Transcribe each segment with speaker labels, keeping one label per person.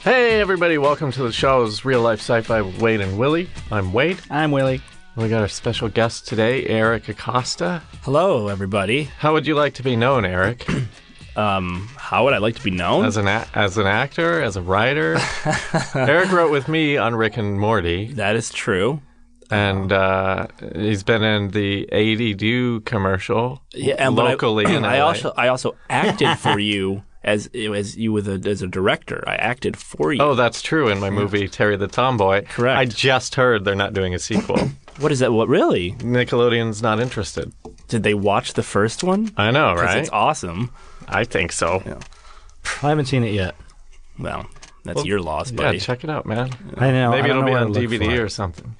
Speaker 1: Hey everybody, welcome to the show's Real Life Sci-Fi with Wade and Willie. I'm Wade.
Speaker 2: I'm Willie.
Speaker 1: We got our special guest today, Eric Acosta.
Speaker 2: Hello, everybody.
Speaker 1: How would you like to be known, Eric?
Speaker 2: How would I like to be known?
Speaker 1: As an a- as an actor, as a writer. Eric wrote with me on Rick and Morty,
Speaker 2: that is true.
Speaker 1: and uh, he's been in the ADU commercial
Speaker 2: but I-
Speaker 1: locally. in
Speaker 2: I
Speaker 1: LA.
Speaker 2: also I also acted for you as as you with a, as a director. I acted for you.
Speaker 1: Oh, that's true. In my movie Terry the Tomboy,
Speaker 2: Correct.
Speaker 1: I just heard they're not doing a sequel.
Speaker 2: what is that? What really?
Speaker 1: Nickelodeon's not interested.
Speaker 2: Did they watch the first one?
Speaker 1: I know,
Speaker 2: 'Cause
Speaker 1: right?
Speaker 2: It's awesome.
Speaker 1: I think so.
Speaker 3: I haven't seen it yet.
Speaker 2: Well, that's your loss,
Speaker 1: yeah
Speaker 2: buddy.
Speaker 1: check it out, man.
Speaker 3: I know.
Speaker 1: Maybe
Speaker 3: Oh,
Speaker 1: it'll
Speaker 3: I don't know
Speaker 1: be
Speaker 3: where
Speaker 1: on
Speaker 3: to look for
Speaker 1: DVD
Speaker 3: it.
Speaker 1: or something.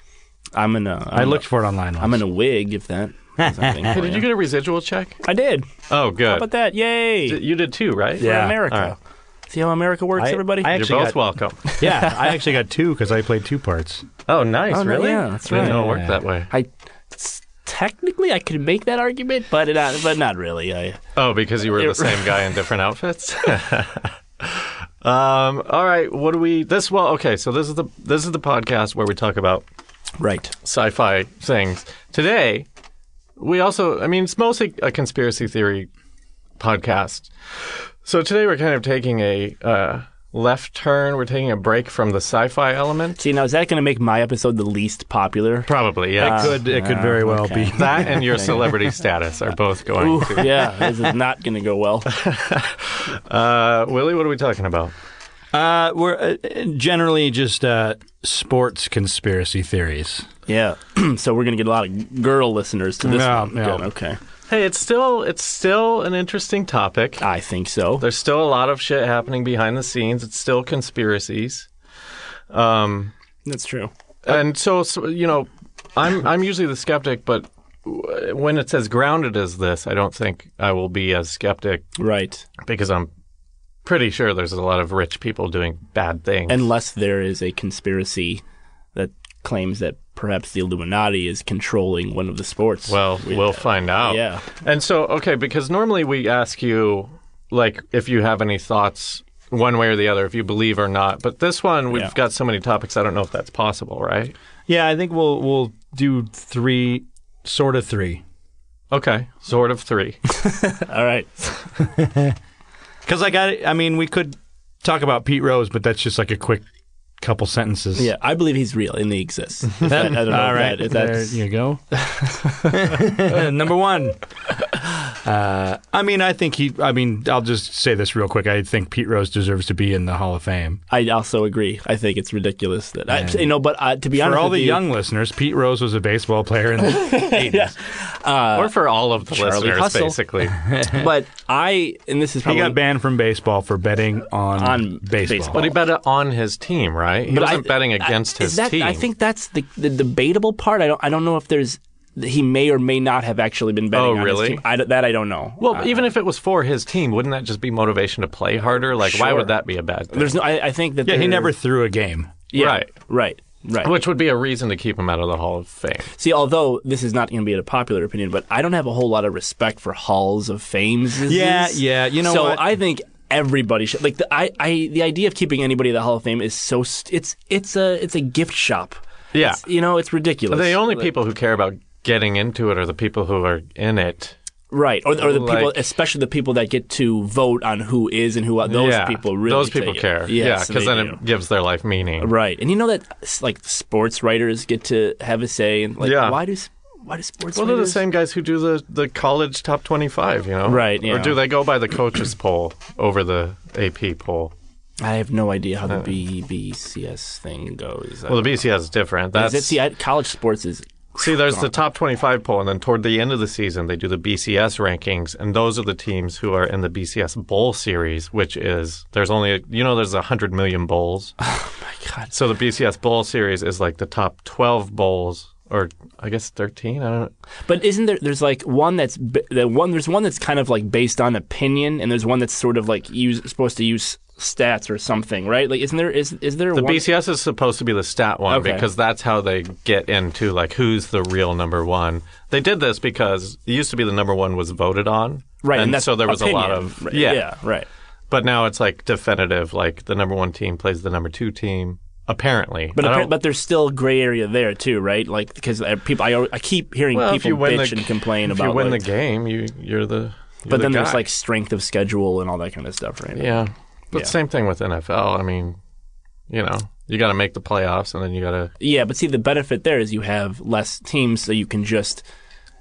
Speaker 2: I'm in a. I'm
Speaker 3: I looked for it online. Once.
Speaker 2: A, I'm in a wig. If that. is something for
Speaker 1: Did you
Speaker 2: you.
Speaker 1: get a residual check?
Speaker 2: I did.
Speaker 1: Oh,
Speaker 2: How
Speaker 1: good.
Speaker 2: about that? Yay!
Speaker 1: D- You did too, right?
Speaker 2: For
Speaker 3: Yeah.
Speaker 2: America.
Speaker 1: All right.
Speaker 2: See how America works,
Speaker 3: I-
Speaker 2: everybody.
Speaker 3: I
Speaker 1: You're
Speaker 3: actually
Speaker 1: both
Speaker 3: got-
Speaker 1: welcome.
Speaker 3: yeah, I actually got two because I played two parts.
Speaker 1: Oh, nice.
Speaker 2: Oh, no,
Speaker 1: really?
Speaker 2: yeah, that's
Speaker 1: I didn't
Speaker 2: right.
Speaker 1: know it worked that way.
Speaker 2: I s- technically I could make that argument, but not but not really. I
Speaker 1: Oh, because you were the same guy in different outfits. um. All right. What do we? This well. Okay. So this is the this is the podcast where we talk about
Speaker 2: right.
Speaker 1: sci-fi things. Today, we also, I mean, it's mostly a conspiracy theory podcast. So today we're kind of taking a uh, left turn. We're taking a break from the sci-fi element.
Speaker 2: See now is that going to make my episode the least popular?
Speaker 1: Probably, yeah.
Speaker 3: it could it could
Speaker 1: Ah,
Speaker 3: very well be.
Speaker 1: that and your celebrity status are both going
Speaker 2: Ooh,
Speaker 1: to.
Speaker 2: yeah, this is not going to go well.
Speaker 1: Uh, Willie, what are we talking about?
Speaker 3: Uh, we're uh, generally just uh, sports conspiracy theories.
Speaker 2: Yeah, so we're going to get a lot of girl listeners to this.
Speaker 3: No,
Speaker 2: one.
Speaker 3: no.
Speaker 2: Good, okay,
Speaker 1: Hey, it's still it's still an interesting topic.
Speaker 2: I think so.
Speaker 1: There's still a lot of shit happening behind the scenes. It's still conspiracies. Um,
Speaker 2: That's true.
Speaker 1: and so, so you know, I'm I'm usually the skeptic, but w- when it's as grounded as this, I don't think I will be as skeptic
Speaker 2: Right,
Speaker 1: because I'm pretty sure there's a lot of rich people doing bad things.
Speaker 2: unless there is a conspiracy that claims that perhaps the Illuminati is controlling one of the sports.
Speaker 1: well, we'll find out.
Speaker 2: yeah.
Speaker 1: And so, okay, because normally we ask you like if you have any thoughts one way or the other, if you believe or not. But this one, we've
Speaker 2: Yeah.
Speaker 1: got so many topics. I don't know if that's possible, right?
Speaker 3: Yeah, I think we'll we'll do three, sort of three,
Speaker 1: Okay, sort of three.
Speaker 2: all right.
Speaker 3: because I got. I mean, we could talk about Pete Rose, but that's just like a quick couple sentences.
Speaker 2: Yeah, I believe he's real and he exists. If that- I don't know
Speaker 3: All
Speaker 2: if
Speaker 3: right,
Speaker 2: that- if
Speaker 3: there
Speaker 2: that's-
Speaker 3: you go. Number one. Uh, I mean, I think he. I mean, I'll just say this real quick. I think Pete Rose deserves to be in the Hall of Fame.
Speaker 2: I also agree. I think it's ridiculous that I, you know, but uh, to be
Speaker 3: For
Speaker 2: honest,
Speaker 3: all
Speaker 2: with
Speaker 3: the
Speaker 2: you,
Speaker 3: young listeners, Pete Rose was a baseball player in the eighties.
Speaker 1: or for all of the
Speaker 2: Uh, Charlie
Speaker 1: listeners,
Speaker 2: Hustle.
Speaker 1: basically.
Speaker 2: but I and this is
Speaker 3: He
Speaker 2: probably
Speaker 3: got banned from baseball for betting on,
Speaker 2: On
Speaker 3: baseball.
Speaker 2: baseball.
Speaker 1: But he bet it on his team, right? He
Speaker 2: But
Speaker 1: wasn't
Speaker 2: I-
Speaker 1: betting
Speaker 2: I-
Speaker 1: against
Speaker 2: is
Speaker 1: his
Speaker 2: that-
Speaker 1: team.
Speaker 2: I think that's the, the debatable part. I don't. I don't know if there's. He may or may not have actually been betting.
Speaker 1: Oh,
Speaker 2: on his
Speaker 1: really?
Speaker 2: team. I don't- that I don't know.
Speaker 1: Well,
Speaker 2: Uh,
Speaker 1: even if it was for his team, wouldn't that just be motivation to play harder? Like, why
Speaker 2: Sure.
Speaker 1: would that be a bad thing?
Speaker 2: there's no. I, I think that
Speaker 3: yeah, he
Speaker 2: there-
Speaker 3: never threw a game.
Speaker 2: Yeah,
Speaker 1: Right.
Speaker 2: Right. Right.
Speaker 1: Which would be a reason to keep him out of the Hall of Fame.
Speaker 2: See, although this is not going to be a popular opinion, but I don't have a whole lot of respect for halls of fames.
Speaker 3: Yeah, yeah, you know
Speaker 2: So
Speaker 3: what?
Speaker 2: I think everybody should like the I, I the idea of keeping anybody in the Hall of Fame is so st- it's it's a it's a gift shop.
Speaker 1: Yeah.
Speaker 2: You know, it's ridiculous.
Speaker 1: The only people who care about getting into it are the people who are in it.
Speaker 2: right. Or, or the people,
Speaker 1: Like-
Speaker 2: especially the people that get to vote on who is and who out- those
Speaker 1: Yeah.
Speaker 2: people really
Speaker 1: Those
Speaker 2: take
Speaker 1: people
Speaker 2: it.
Speaker 1: care.
Speaker 2: Yes,
Speaker 1: yeah, because
Speaker 2: they
Speaker 1: then
Speaker 2: do.
Speaker 1: it gives their life meaning.
Speaker 2: Right, and you know that s- like sports writers get to have a say, and like
Speaker 1: Yeah.
Speaker 2: why do s- why do sports
Speaker 1: Well, they're the
Speaker 2: writers?
Speaker 1: same guys who do the, the college top 25, you know?
Speaker 2: Right,
Speaker 1: Or
Speaker 2: yeah.
Speaker 1: do they go by the coaches poll over the AP poll?
Speaker 2: I have no idea how the BBCS thing goes.
Speaker 1: Well, the BCS is different.
Speaker 2: Is
Speaker 1: That's,
Speaker 2: it, see, I, college sports is
Speaker 1: see, there's the top 25 poll, and then toward the end of the season, they do the BCS rankings, and those are the teams who are in the BCS Bowl series, which is there's only, a, you know, there's 100 million bowls.
Speaker 2: my God.
Speaker 1: So the BCS Bowl series is like the top 12 bowls, or I guess 13. I don't
Speaker 2: But isn't there? There's like one that's b- the one. There's one that's kind of like based on opinion, and there's one that's sort of like use supposed to use stats or something, right? Like, isn't there? Is is there
Speaker 1: The
Speaker 2: one?
Speaker 1: BCS is supposed to be the stat one
Speaker 2: Okay.
Speaker 1: because that's how they get into like who's the real number one. They did this because it used to be the number one was voted on,
Speaker 2: right?
Speaker 1: And,
Speaker 2: that's
Speaker 1: so there was a lot
Speaker 2: opinion.
Speaker 1: of
Speaker 2: Right,
Speaker 1: yeah.
Speaker 2: yeah, right.
Speaker 1: But now it's like definitive, like the number one team plays the number two team. Apparently,
Speaker 2: But
Speaker 1: I
Speaker 2: appar-
Speaker 1: don't-
Speaker 2: but there's still gray area there too, right? Like because uh, people, I, al- I keep hearing
Speaker 1: well, if
Speaker 2: people
Speaker 1: you win
Speaker 2: bitch
Speaker 1: the
Speaker 2: and complain
Speaker 1: if
Speaker 2: about.
Speaker 1: you win
Speaker 2: like,
Speaker 1: the game, you you're the. you're the
Speaker 2: but then
Speaker 1: guy.
Speaker 2: there's like strength of schedule and all that kind of stuff, right?
Speaker 1: yeah, but
Speaker 2: Yeah.
Speaker 1: same thing with NFL. I mean, you know, you got to make the playoffs, and then you got to
Speaker 2: Yeah, but see, the benefit there is you have less teams, so you can just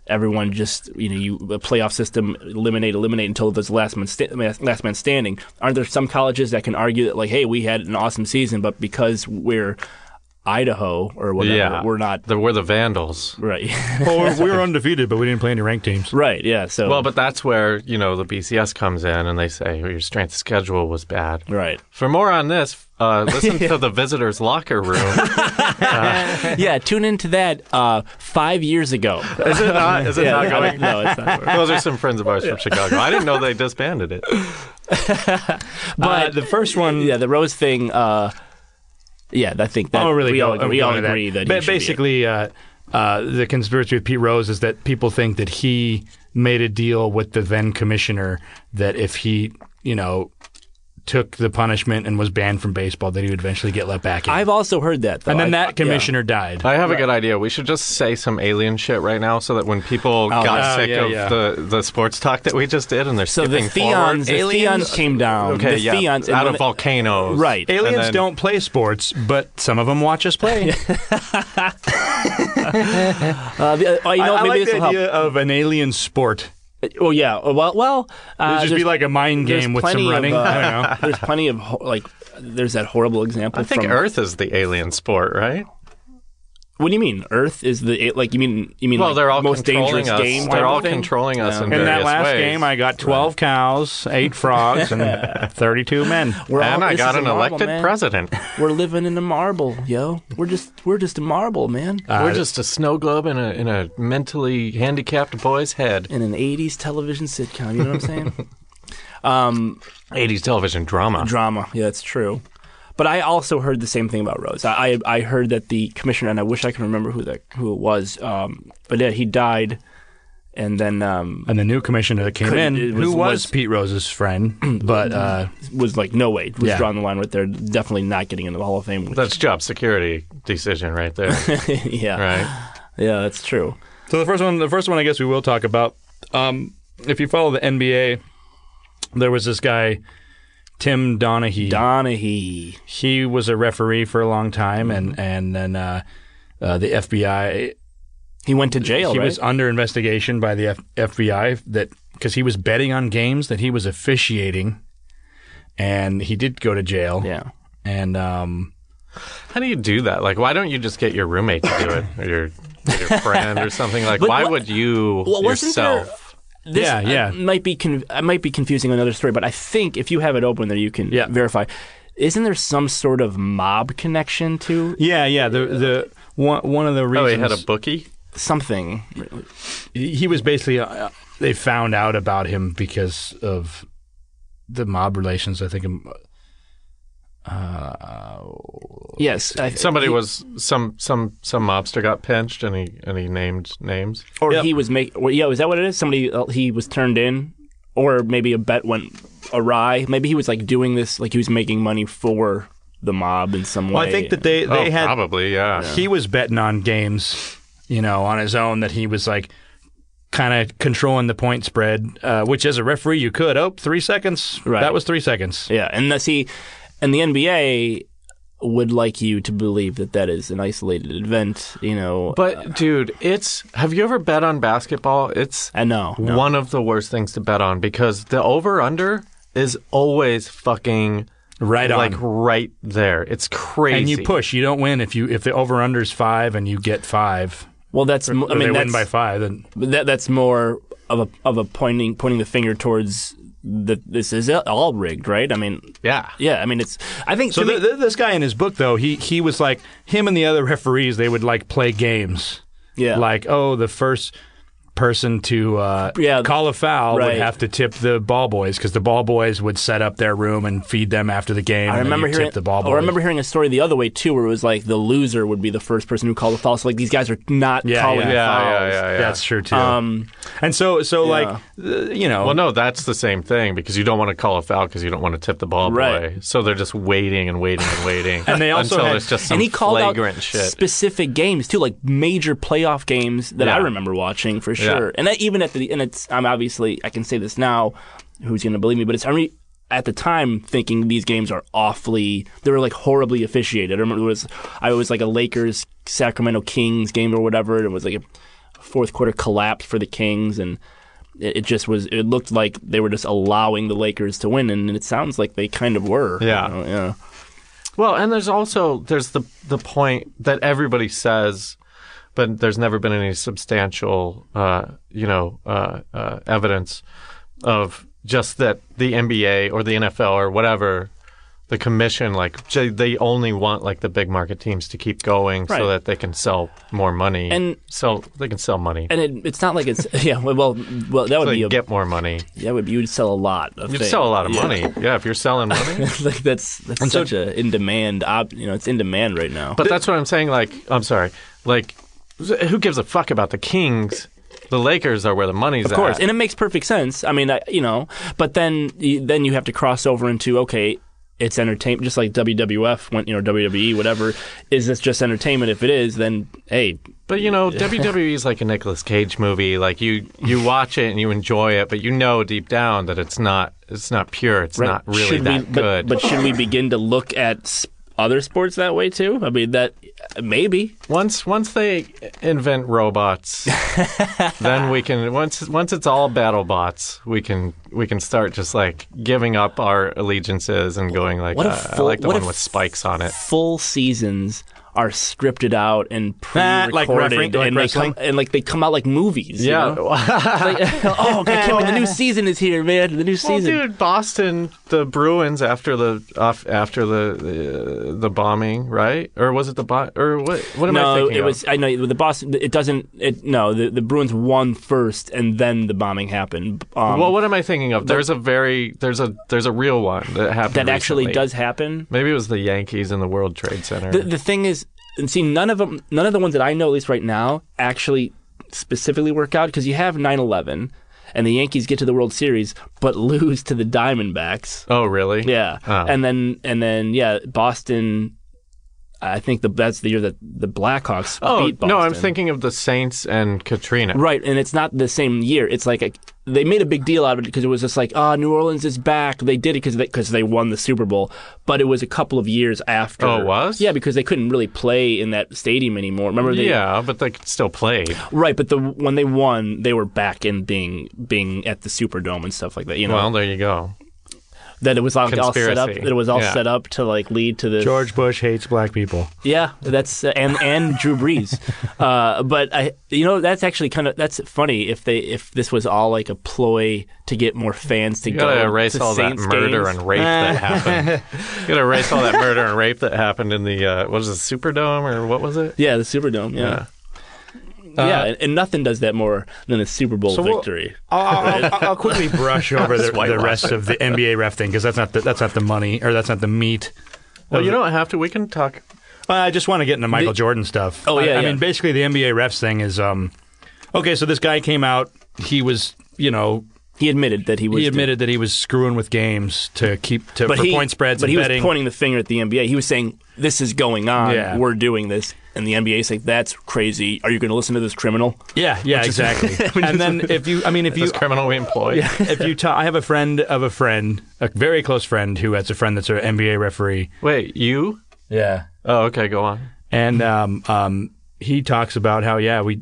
Speaker 2: everyone just you know you a playoff system eliminate eliminate until there's last man sta- last man standing. Aren't there some colleges that can argue that like, hey, we had an awesome season, but because we're Idaho or whatever,
Speaker 1: yeah.
Speaker 2: we're not
Speaker 1: The, we're the Vandals.
Speaker 2: right.
Speaker 3: well, we were undefeated, but we didn't play any ranked teams.
Speaker 2: right? Yeah. So
Speaker 1: Well, but that's where, you know, the BCS comes in and they say your strength schedule was bad.
Speaker 2: right.
Speaker 1: For more on this, uh, listen to the visitor's locker room.
Speaker 2: yeah. Tune into that uh, five years ago.
Speaker 1: Is it not? Is it not going?
Speaker 2: no, it's not.
Speaker 1: Those are some friends of ours from Chicago. I didn't know they disbanded it.
Speaker 2: But
Speaker 3: Uh, the first one-
Speaker 2: yeah, the Rose thing. Uh, yeah, I think
Speaker 3: I
Speaker 2: that
Speaker 3: don't Oh, really
Speaker 2: we
Speaker 3: go,
Speaker 2: all agree, we all agree that, he
Speaker 3: But
Speaker 2: should be it.
Speaker 3: basically, uh, uh, the conspiracy with Pete Rose is that people think that he made a deal with the then commissioner that if he, you know, took the punishment and was banned from baseball, that he would eventually get let back in.
Speaker 2: I've also heard that, though.
Speaker 3: and then
Speaker 2: I-
Speaker 3: that commissioner died.
Speaker 1: I have a good idea. We should just say some alien shit right now so that when people got
Speaker 3: oh,
Speaker 1: sick
Speaker 3: yeah,
Speaker 1: of
Speaker 3: yeah.
Speaker 1: The, the sports talk that we just did and they're
Speaker 2: So the
Speaker 1: skipping forward.
Speaker 2: Theons, the Theons came down.
Speaker 1: Okay,
Speaker 2: the
Speaker 1: yeah,
Speaker 2: Theons, and
Speaker 1: out
Speaker 2: when
Speaker 1: of
Speaker 2: the-
Speaker 1: volcanoes.
Speaker 2: Right.
Speaker 1: And
Speaker 3: Aliens
Speaker 1: then-
Speaker 3: don't play sports, but some of them watch us play.
Speaker 2: Uh, the- oh, you know,
Speaker 3: I, I
Speaker 2: maybe
Speaker 3: like
Speaker 2: this
Speaker 3: the
Speaker 2: will help.
Speaker 3: idea of an alien sport.
Speaker 2: Oh yeah. Oh, Well, well. Uh,
Speaker 3: It'd just be
Speaker 2: there's-
Speaker 3: like a mind
Speaker 2: there's
Speaker 3: game with
Speaker 2: plenty
Speaker 3: some
Speaker 2: of,
Speaker 3: running.
Speaker 2: uh,
Speaker 3: I don't know.
Speaker 2: There's plenty of ho- like. There's that horrible example.
Speaker 1: I think
Speaker 2: from,
Speaker 1: Earth is the alien sport, right?
Speaker 2: What do you mean? Earth is the like. You mean you mean
Speaker 1: Well,
Speaker 2: like,
Speaker 1: they're all
Speaker 2: most
Speaker 1: controlling
Speaker 2: dangerous
Speaker 1: us.
Speaker 2: game.
Speaker 1: They're
Speaker 2: type
Speaker 1: all
Speaker 2: of thing?
Speaker 1: controlling us in,
Speaker 3: In that
Speaker 1: various
Speaker 3: last
Speaker 1: ways.
Speaker 3: game, I got 12 cows, 8 frogs, and 32 men.
Speaker 2: We're all,
Speaker 1: and I
Speaker 2: this
Speaker 1: got
Speaker 2: is
Speaker 1: an
Speaker 2: a marble,
Speaker 1: elected
Speaker 2: man.
Speaker 1: president.
Speaker 2: We're living in a marble, yo. We're just we're just a marble, man.
Speaker 1: We're just a snow globe in a in a mentally handicapped boy's head.
Speaker 2: in an '80s television sitcom. You know what I'm saying? um,
Speaker 1: 80s television drama.
Speaker 2: drama. Yeah, that's true. But I also heard the same thing about Rose. I I, I heard that the commissioner, and I wish I could remember who that who it was. Um, but yeah, he died, and then um,
Speaker 3: And the new commissioner that came
Speaker 2: Couldn't-
Speaker 3: in,
Speaker 2: it was-
Speaker 3: who was,
Speaker 2: was-
Speaker 3: Pete Rose's friend, but uh,
Speaker 2: was like, no way, was
Speaker 3: Yeah.
Speaker 2: drawing the line right there. Definitely not getting into the Hall of Fame. Which,
Speaker 1: That's job security decision right there,
Speaker 2: yeah,
Speaker 1: right?
Speaker 2: yeah, that's true.
Speaker 3: So the first one, the first one, I guess we will talk about. Um, if you follow the NBA, there was this guy, Tim Donaghy.
Speaker 2: Donahue.
Speaker 3: he was a referee for a long time, and and then uh, uh, the FBI.
Speaker 2: He went to jail.
Speaker 3: he
Speaker 2: right?
Speaker 3: was under investigation by the F- FBI that because he was betting on games that he was officiating, and he did go to jail.
Speaker 2: yeah.
Speaker 3: and um,
Speaker 1: How do you do that? Like, why don't you just get your roommate to do it, or your, your friend, or something? Like,
Speaker 2: But
Speaker 1: why
Speaker 2: what-
Speaker 1: would you
Speaker 2: Well, wasn't there-
Speaker 1: yourself?
Speaker 2: This,
Speaker 3: Yeah,
Speaker 2: uh,
Speaker 3: yeah.
Speaker 2: might be con- I might be confusing another story, but I think if you have it open there, you can
Speaker 3: Yeah.
Speaker 2: verify. Isn't there some sort of mob connection to
Speaker 3: yeah, yeah. The the one one of the
Speaker 1: Oh, he
Speaker 3: reasons
Speaker 1: had a bookie.
Speaker 2: something?
Speaker 3: he he was basically uh, they found out about him because of the mob relations. I think. um, Uh,
Speaker 2: Yes, I,
Speaker 1: Somebody
Speaker 2: he-
Speaker 1: was some some some mobster got pinched, and he and he named names.
Speaker 2: or he was make. Or, yeah, is that what it is? Somebody uh, he was turned in, or maybe a bet went awry. Maybe he was like doing this, like he was making money for the mob in some way.
Speaker 3: Well, I think that they they
Speaker 1: oh,
Speaker 3: had
Speaker 1: probably yeah.
Speaker 3: he was betting on games, you know, on his own that he was like kind of controlling the point spread, uh, which as a referee you could. Oh, three seconds.
Speaker 2: Right.
Speaker 3: That was three seconds.
Speaker 2: yeah, and the, see, and the NBA would like you to believe that that is an isolated event. You know,
Speaker 1: But dude, it's have you ever bet on basketball? It's
Speaker 2: I know. no.
Speaker 1: one of the worst things to bet on because the over under is always fucking
Speaker 3: Right on.
Speaker 1: like right there. It's crazy.
Speaker 3: and you push. You don't win if you if the over under's five and you get five.
Speaker 2: Well, that's mo- I
Speaker 3: or
Speaker 2: mean
Speaker 3: they
Speaker 2: that's
Speaker 3: win by five. Then
Speaker 2: that that's more of a of a pointing pointing the finger towards that this is all rigged, right? I mean,
Speaker 1: Yeah.
Speaker 2: yeah. I mean, it's I think
Speaker 3: so
Speaker 2: to me-
Speaker 3: th- th- this guy in his book though, he he was like him and the other referees. They would like play games.
Speaker 2: yeah,
Speaker 3: Like oh, the first person to uh,
Speaker 2: Yeah.
Speaker 3: call a foul
Speaker 2: Right.
Speaker 3: would have to tip the ball boys because the ball boys would set up their room and feed them after the game.
Speaker 2: I
Speaker 3: and then
Speaker 2: remember
Speaker 3: you
Speaker 2: hearing
Speaker 3: tip the ball boys.
Speaker 2: or I remember hearing a story the other way too, where it was like the loser would be the first person who called a foul. So like these guys are not
Speaker 3: Yeah,
Speaker 2: calling
Speaker 1: yeah, yeah,
Speaker 2: fouls.
Speaker 1: yeah, yeah.
Speaker 3: That's true too.
Speaker 2: Um,
Speaker 3: and so so
Speaker 2: yeah.
Speaker 3: like th- you know
Speaker 1: well, no, that's the same thing because you don't want to call a foul because you don't want to tip the ball away.
Speaker 2: Right.
Speaker 1: So they're just waiting and waiting and waiting.
Speaker 3: And they also
Speaker 1: until
Speaker 3: had-
Speaker 1: it's just some
Speaker 2: and he called out
Speaker 1: flagrant shit.
Speaker 2: specific games too, like major playoff games that I
Speaker 1: Yeah.
Speaker 2: remember watching for
Speaker 1: Yeah.
Speaker 2: sure. And I, even at the and it's I'm obviously I can say this now, who's going to believe me? But it's I re- at the time thinking these games are awfully they were like horribly officiated. I remember it was I was like a Lakers Sacramento Kings game or whatever, and it was like a fourth quarter collapse for the Kings and. It it just was. It looked like they were just allowing the Lakers to win, and it sounds like they kind of were. you
Speaker 1: Yeah.
Speaker 2: know, yeah.
Speaker 1: Well, and there's also there's the the point that everybody says, but there's never been any substantial, uh, you know, uh, uh, evidence of just that the NBA or the NFL or whatever, the commission like j- they only want like the big market teams to keep going
Speaker 2: Right.
Speaker 1: so that they can sell more money
Speaker 2: And-
Speaker 1: so they can sell money.
Speaker 2: And it, it's not like it's yeah. Well, well, that would
Speaker 1: so
Speaker 2: be
Speaker 1: you
Speaker 2: a
Speaker 1: get more money.
Speaker 2: That would be, you'd sell a lot. Of
Speaker 1: You
Speaker 2: things.
Speaker 1: sell a lot of
Speaker 2: Yeah.
Speaker 1: money. Yeah, if you're selling money.
Speaker 2: like that's that's such a in demand. Op, you know, it's in demand right now.
Speaker 1: But that's what I'm saying. Like, I'm sorry. Like, who gives a fuck about the Kings? The Lakers are where the money's
Speaker 2: of course,
Speaker 1: at.
Speaker 2: and it makes perfect sense. I mean, I, you know, but then you- then you have to cross over into okay. It's entertainment, just like WWF went, you know, WWE, whatever. Is this just entertainment? If it is, then hey,
Speaker 1: but you know, WWE is like a Nicolas Cage movie. Like you, you watch it and you enjoy it, but you know deep down that it's not, it's not pure. It's not really
Speaker 2: should
Speaker 1: that
Speaker 2: we, but-
Speaker 1: good.
Speaker 2: But, should we begin to look at s- other sports that way too? I mean, that maybe
Speaker 1: once, once they invent robots, then we can. Once, once it's all battle bots, we can, we can start just like giving up our allegiances and going like,
Speaker 2: What
Speaker 1: what
Speaker 2: if full-
Speaker 1: I like the
Speaker 2: what
Speaker 1: one
Speaker 2: if
Speaker 1: with spikes on it.
Speaker 2: full seasons are scripted out and
Speaker 3: Ah,
Speaker 2: pre-recorded
Speaker 3: like referring- like
Speaker 2: and they come
Speaker 3: wrestling?
Speaker 2: and like they come out like movies. you
Speaker 1: Yeah.
Speaker 2: know? Like, oh, okay, can't wait. The new season is here, man. The new season.
Speaker 1: Well, dude, Boston, the Bruins after the off, after the, the the bombing, right? Or was it the bo- or what? What am I
Speaker 2: no,
Speaker 1: thinking?
Speaker 2: it
Speaker 1: of?
Speaker 2: was. I know the Boston. It doesn't. It no. The, the Bruins won first, and then the bombing happened. Um,
Speaker 1: Well, what am I thinking of? There's a very there's a there's a real one that happened
Speaker 2: that actually
Speaker 1: recently.
Speaker 2: does happen.
Speaker 1: Maybe it was the Yankees in the World Trade Center.
Speaker 2: The, the thing is, and see, none of them, none of the ones that I know, at least right now, actually specifically work out because you have 9-11 and the Yankees get to the World Series but lose to the Diamondbacks.
Speaker 1: oh, really?
Speaker 2: Yeah,
Speaker 1: Oh.
Speaker 2: and then and then yeah, Boston. I think the that's the year that the Blackhawks
Speaker 1: Oh
Speaker 2: beat Boston.
Speaker 1: no, I'm thinking of the Saints and Katrina.
Speaker 2: right, and it's not the same year. It's like a, they made a big deal out of it because it was just like, ah, New Orleans is back. They did it because they, 'cause they won the Super Bowl, but it was a couple of years after.
Speaker 1: Oh, it was?
Speaker 2: yeah, because they couldn't really play in that stadium anymore. Remember? They,
Speaker 1: Yeah, but they could still played.
Speaker 2: right. But the when they won, they were back in being being at the Superdome and stuff like that. You know
Speaker 1: Well, there you go.
Speaker 2: that it was all, all set up.
Speaker 1: Conspiracy.
Speaker 2: That it was all
Speaker 1: Yeah.
Speaker 2: set up to like lead to this
Speaker 3: George Bush hates black people.
Speaker 2: Yeah, that's uh, and and Drew Brees, uh, but I you know that's actually kind of that's funny if they if this was all like a ploy to get more fans to
Speaker 1: You
Speaker 2: go
Speaker 1: gotta erase
Speaker 2: to
Speaker 1: all
Speaker 2: Saints
Speaker 1: that murder
Speaker 2: games. Eh,
Speaker 1: and rape that happened. you gotta erase all that murder and rape that happened in the uh, what was it, Superdome or what was it?
Speaker 2: yeah the Superdome yeah yeah, and, and nothing does that more than a Super Bowl
Speaker 3: we'll- uh,
Speaker 2: victory.
Speaker 3: I'll, I'll, I'll quickly brush over the, the rest of the NBA ref thing because that's not the, that's not the money or that's not the meat.
Speaker 1: Well, you don't have to. We can talk.
Speaker 3: Uh, I just want to get into Michael
Speaker 2: The-
Speaker 3: Jordan stuff.
Speaker 2: Oh,
Speaker 3: I-
Speaker 2: yeah,
Speaker 3: I,
Speaker 2: yeah.
Speaker 3: mean, basically the NBA refs thing is um, okay. So this guy came out. He was, you know,
Speaker 2: He admitted that he was.
Speaker 3: He admitted that he was screwing with games to keep to
Speaker 2: but
Speaker 3: for
Speaker 2: he,
Speaker 3: point spreads
Speaker 2: But
Speaker 3: and
Speaker 2: he
Speaker 3: betting.
Speaker 2: was pointing the finger at the NBA. He was saying, "This is going on.
Speaker 3: Yeah.
Speaker 2: We're doing this." And the NBA is like, "That's crazy. Are you going to listen to this criminal?"
Speaker 3: yeah, yeah, exactly. and then if you, I mean, if you
Speaker 1: This criminal we employ.
Speaker 3: if you ta I have a friend of a friend, a very close friend who has a friend that's an NBA referee.
Speaker 1: Wait, you?
Speaker 3: Yeah.
Speaker 1: Oh, okay, go on.
Speaker 3: And um, um, he talks about how, yeah, we,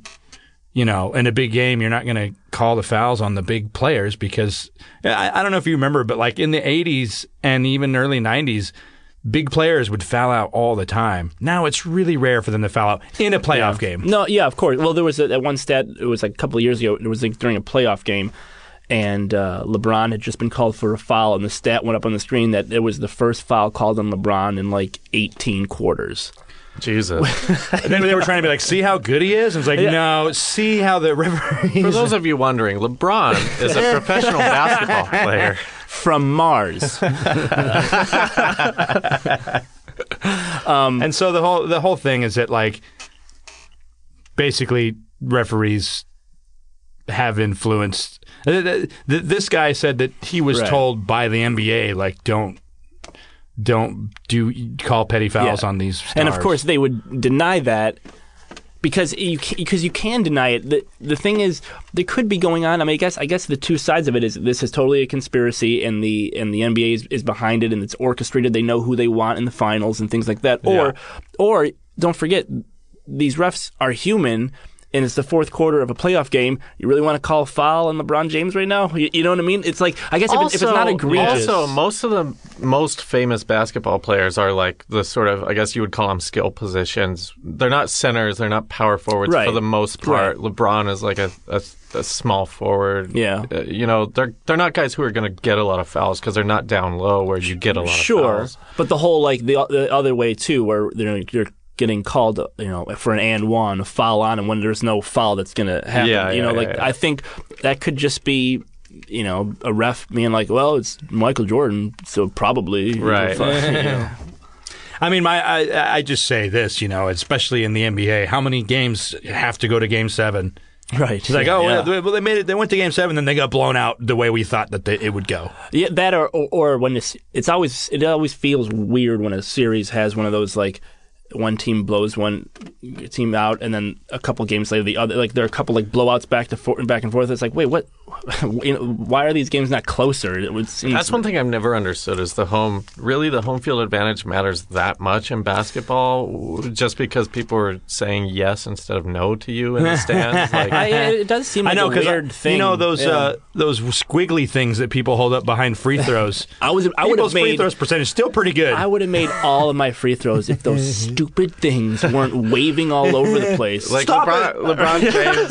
Speaker 3: you know, in a big game, you're not going to call the fouls on the big players because I, I don't know if you remember, but like in the 80s and even early 90s, big players would foul out all the time. Now it's really rare for them to foul out in a playoff game.
Speaker 2: No, yeah, of course. Well, there was a, that one stat. It was like a couple of years ago. It was like during a playoff game, and uh, LeBron had just been called for a foul, and the stat went up on the screen that it was the first foul called on LeBron in like 18 quarters.
Speaker 1: Jesus.
Speaker 3: And then they were trying to be like, see how good he is? And it's like, no, see how the referee.
Speaker 1: For those of you wondering, LeBron is a professional basketball player.
Speaker 2: From Mars, Mm.
Speaker 3: And so the whole the whole thing is that like basically referees have influenced. uh, th- th- th- This guy said that he was
Speaker 2: Right.
Speaker 3: told by the NBA like don't don't do call petty fouls
Speaker 2: Yeah.
Speaker 3: on these. Stars.
Speaker 2: and of course they would deny that because you because you can deny it. The the thing is, they could be going on. I mean, I guess I guess the two sides of it is this is totally a conspiracy, and the and the NBA is, is behind it, and it's orchestrated. They know who they want in the finals and things like that. Or or don't forget, these refs are human. And it's the fourth quarter of a playoff game. You really want to call a foul on LeBron James right now? You, you know what I mean? It's like I guess if, it, if it's not egregious,
Speaker 1: also, most of the most famous basketball players are like the sort of, I guess you would call them skill positions. They're not centers, they're not power forwards
Speaker 2: Right.
Speaker 1: for the most part. LeBron is like a, a, a small forward.
Speaker 2: Yeah.
Speaker 1: Uh, you know, they're, they're not guys who are going to get a lot of fouls because they're not down low where you get a lot of
Speaker 2: sure,
Speaker 1: fouls.
Speaker 2: but the whole like the the other way too, where they're you're getting called, you know, for an and one, a foul on, and when there's no foul, that's gonna happen.
Speaker 1: Yeah,
Speaker 2: you know,
Speaker 1: yeah,
Speaker 2: like
Speaker 1: yeah, yeah.
Speaker 2: I think that could just be. You know, a ref being like, "Well, it's Michael Jordan, so probably."
Speaker 1: Right.
Speaker 3: I mean, my I, I just say this, you know, especially in the NBA, how many games have to go to Game Seven?
Speaker 2: right.
Speaker 3: It's like, oh, well, well, they made it. They went to Game Seven, then they got blown out the way we thought that they, it would go.
Speaker 2: Yeah, that or, or or when it's it's always it always feels weird when a series has one of those like one team blows one team out and then a couple games later the other like there are a couple like blowouts back to for, back and forth. It's like wait what? you know, why are these games not closer? It would seem
Speaker 1: That's one thing I've never understood is the home. Really, the home field advantage matters that much in basketball, w- just because people are saying yes instead of no to you in the stands. Like,
Speaker 2: I, it does seem like
Speaker 3: I know
Speaker 2: a
Speaker 3: because
Speaker 2: weird thing.
Speaker 3: you know those
Speaker 2: Yeah.
Speaker 3: uh, those squiggly things that people hold up behind free throws.
Speaker 2: I was I would
Speaker 3: People's
Speaker 2: have
Speaker 3: free
Speaker 2: made
Speaker 3: throws percentage still pretty good.
Speaker 2: I would have made all of my free throws if those stupid things weren't waving all over the place.
Speaker 1: like
Speaker 3: Stop
Speaker 1: LeBron, LeBron James.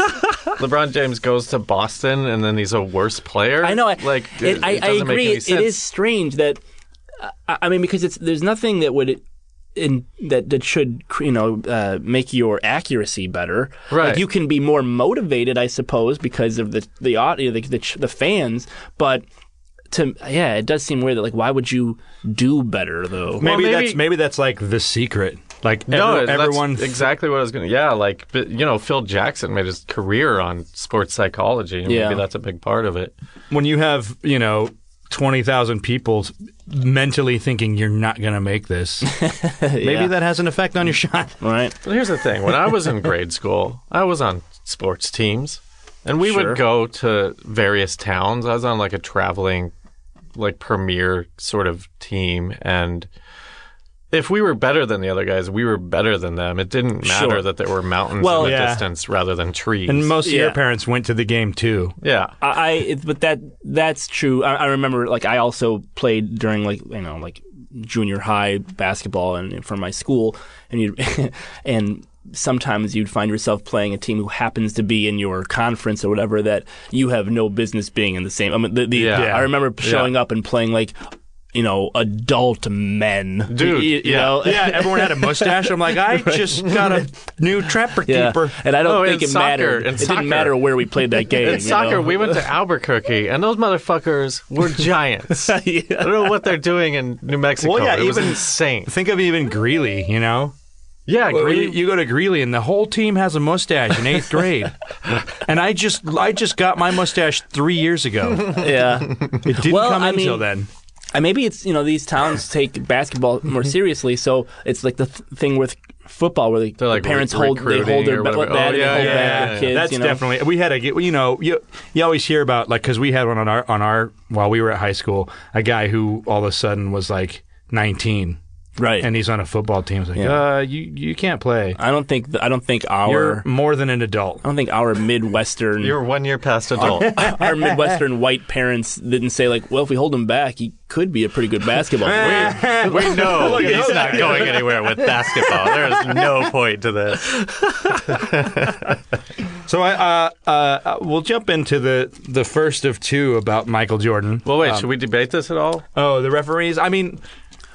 Speaker 1: LeBron James goes to Boston, and then he's a worse player.
Speaker 2: I know. I-
Speaker 1: Like,
Speaker 2: it, I, I
Speaker 1: doesn't make
Speaker 2: agree.
Speaker 1: any
Speaker 2: It-
Speaker 1: sense.
Speaker 2: it is strange that I, I mean because it's there's nothing that would in that that should you know uh, make your accuracy better.
Speaker 1: Right.
Speaker 2: Like you can be more motivated, I suppose, because of the the audio, the the, ch- the fans, but. To, yeah, it does seem weird that like why would you do better though?
Speaker 3: maybe,
Speaker 1: Well,
Speaker 3: that's
Speaker 1: maybe-
Speaker 3: maybe that's like the secret. Like
Speaker 1: No,
Speaker 3: every-
Speaker 1: that's
Speaker 3: everyone.
Speaker 1: exactly what I was going to. Yeah, like but, you know, Phil Jackson made his career on sports psychology. and
Speaker 2: Yeah.
Speaker 1: Maybe that's a big part of it.
Speaker 3: when you have you know twenty thousand people mentally thinking you're not going to make this, maybe that has an effect on your shot.
Speaker 2: Right?
Speaker 1: Well, here's the thing. When I was in grade school, I was on sports teams, and we would go to various towns. I was on like a traveling, like premier sort of team, and if we were better than the other guys, we were better than them. It didn't matter
Speaker 2: Sure.
Speaker 1: that there were mountains
Speaker 2: Well,
Speaker 1: in the
Speaker 3: yeah.
Speaker 1: distance rather than trees.
Speaker 3: And most of
Speaker 2: Yeah.
Speaker 3: your parents went to the game too.
Speaker 1: yeah,
Speaker 2: I, I it, but that that's true. I, I remember like I also played during like you know like junior high basketball and for my school, and you and sometimes you'd find yourself playing a team who happens to be in your conference or whatever that you have no business being in the same. I mean, the, the,
Speaker 1: Yeah.
Speaker 2: I remember showing up and playing like. You know, adult men,
Speaker 1: Dude,
Speaker 2: You, you
Speaker 1: yeah.
Speaker 2: know?
Speaker 3: Yeah, everyone had a mustache. I'm like, I just got a new trapper
Speaker 2: Yeah.
Speaker 3: keeper.
Speaker 2: And I don't
Speaker 1: Oh,
Speaker 2: think
Speaker 1: in
Speaker 2: it mattered.
Speaker 1: soccer, in
Speaker 2: it
Speaker 1: soccer.
Speaker 2: didn't matter where we played that game.
Speaker 1: In
Speaker 2: you
Speaker 1: soccer,
Speaker 2: know?
Speaker 1: we went to Albuquerque, and those motherfuckers were giants. I
Speaker 2: yeah.
Speaker 1: don't know what they're doing in New Mexico.
Speaker 3: Well, yeah,
Speaker 1: it was
Speaker 3: even-
Speaker 1: insane.
Speaker 3: Think of even Greeley, you know?
Speaker 1: Yeah,
Speaker 3: Well,
Speaker 1: Greeley.
Speaker 3: You, you go to Greeley, and the whole team has a mustache in eighth grade. and I just, I just got my mustache three years ago.
Speaker 2: Yeah.
Speaker 3: It didn't
Speaker 2: Well,
Speaker 3: come
Speaker 2: I
Speaker 3: in until
Speaker 2: mean-
Speaker 3: then.
Speaker 2: And maybe it's you know these towns take basketball more
Speaker 1: Mm-hmm.
Speaker 2: seriously, so it's like the th- thing with football where the,
Speaker 1: They're like
Speaker 2: the parents
Speaker 1: re-
Speaker 2: hold they
Speaker 1: recruiting
Speaker 2: hold their
Speaker 1: or
Speaker 2: ba-
Speaker 1: whatever.
Speaker 2: bat
Speaker 1: Oh,
Speaker 2: and they
Speaker 1: yeah,
Speaker 2: hold
Speaker 1: yeah,
Speaker 2: back
Speaker 1: yeah, yeah.
Speaker 2: uh, kids.
Speaker 3: That's
Speaker 2: you know?
Speaker 3: definitely we had a you know you you always hear about like because we had one on our on our while we were at high school a guy who all of a sudden was like 19
Speaker 2: right.
Speaker 3: and he's on a football team. It's like
Speaker 2: Yeah.
Speaker 3: uh you you can't play.
Speaker 2: I don't think th- I don't think our
Speaker 3: You're more than an adult.
Speaker 2: I don't think our midwestern
Speaker 1: You're one year past adult.
Speaker 2: our midwestern white parents didn't say like, well, if we hold him back, he could be a pretty good basketball player.
Speaker 1: we know he's not going anywhere with basketball. There is no point to this.
Speaker 3: So I uh, uh we'll jump into the the first of two about Michael Jordan.
Speaker 1: Well, wait, should we debate this at all?
Speaker 3: Oh, the referees. I mean,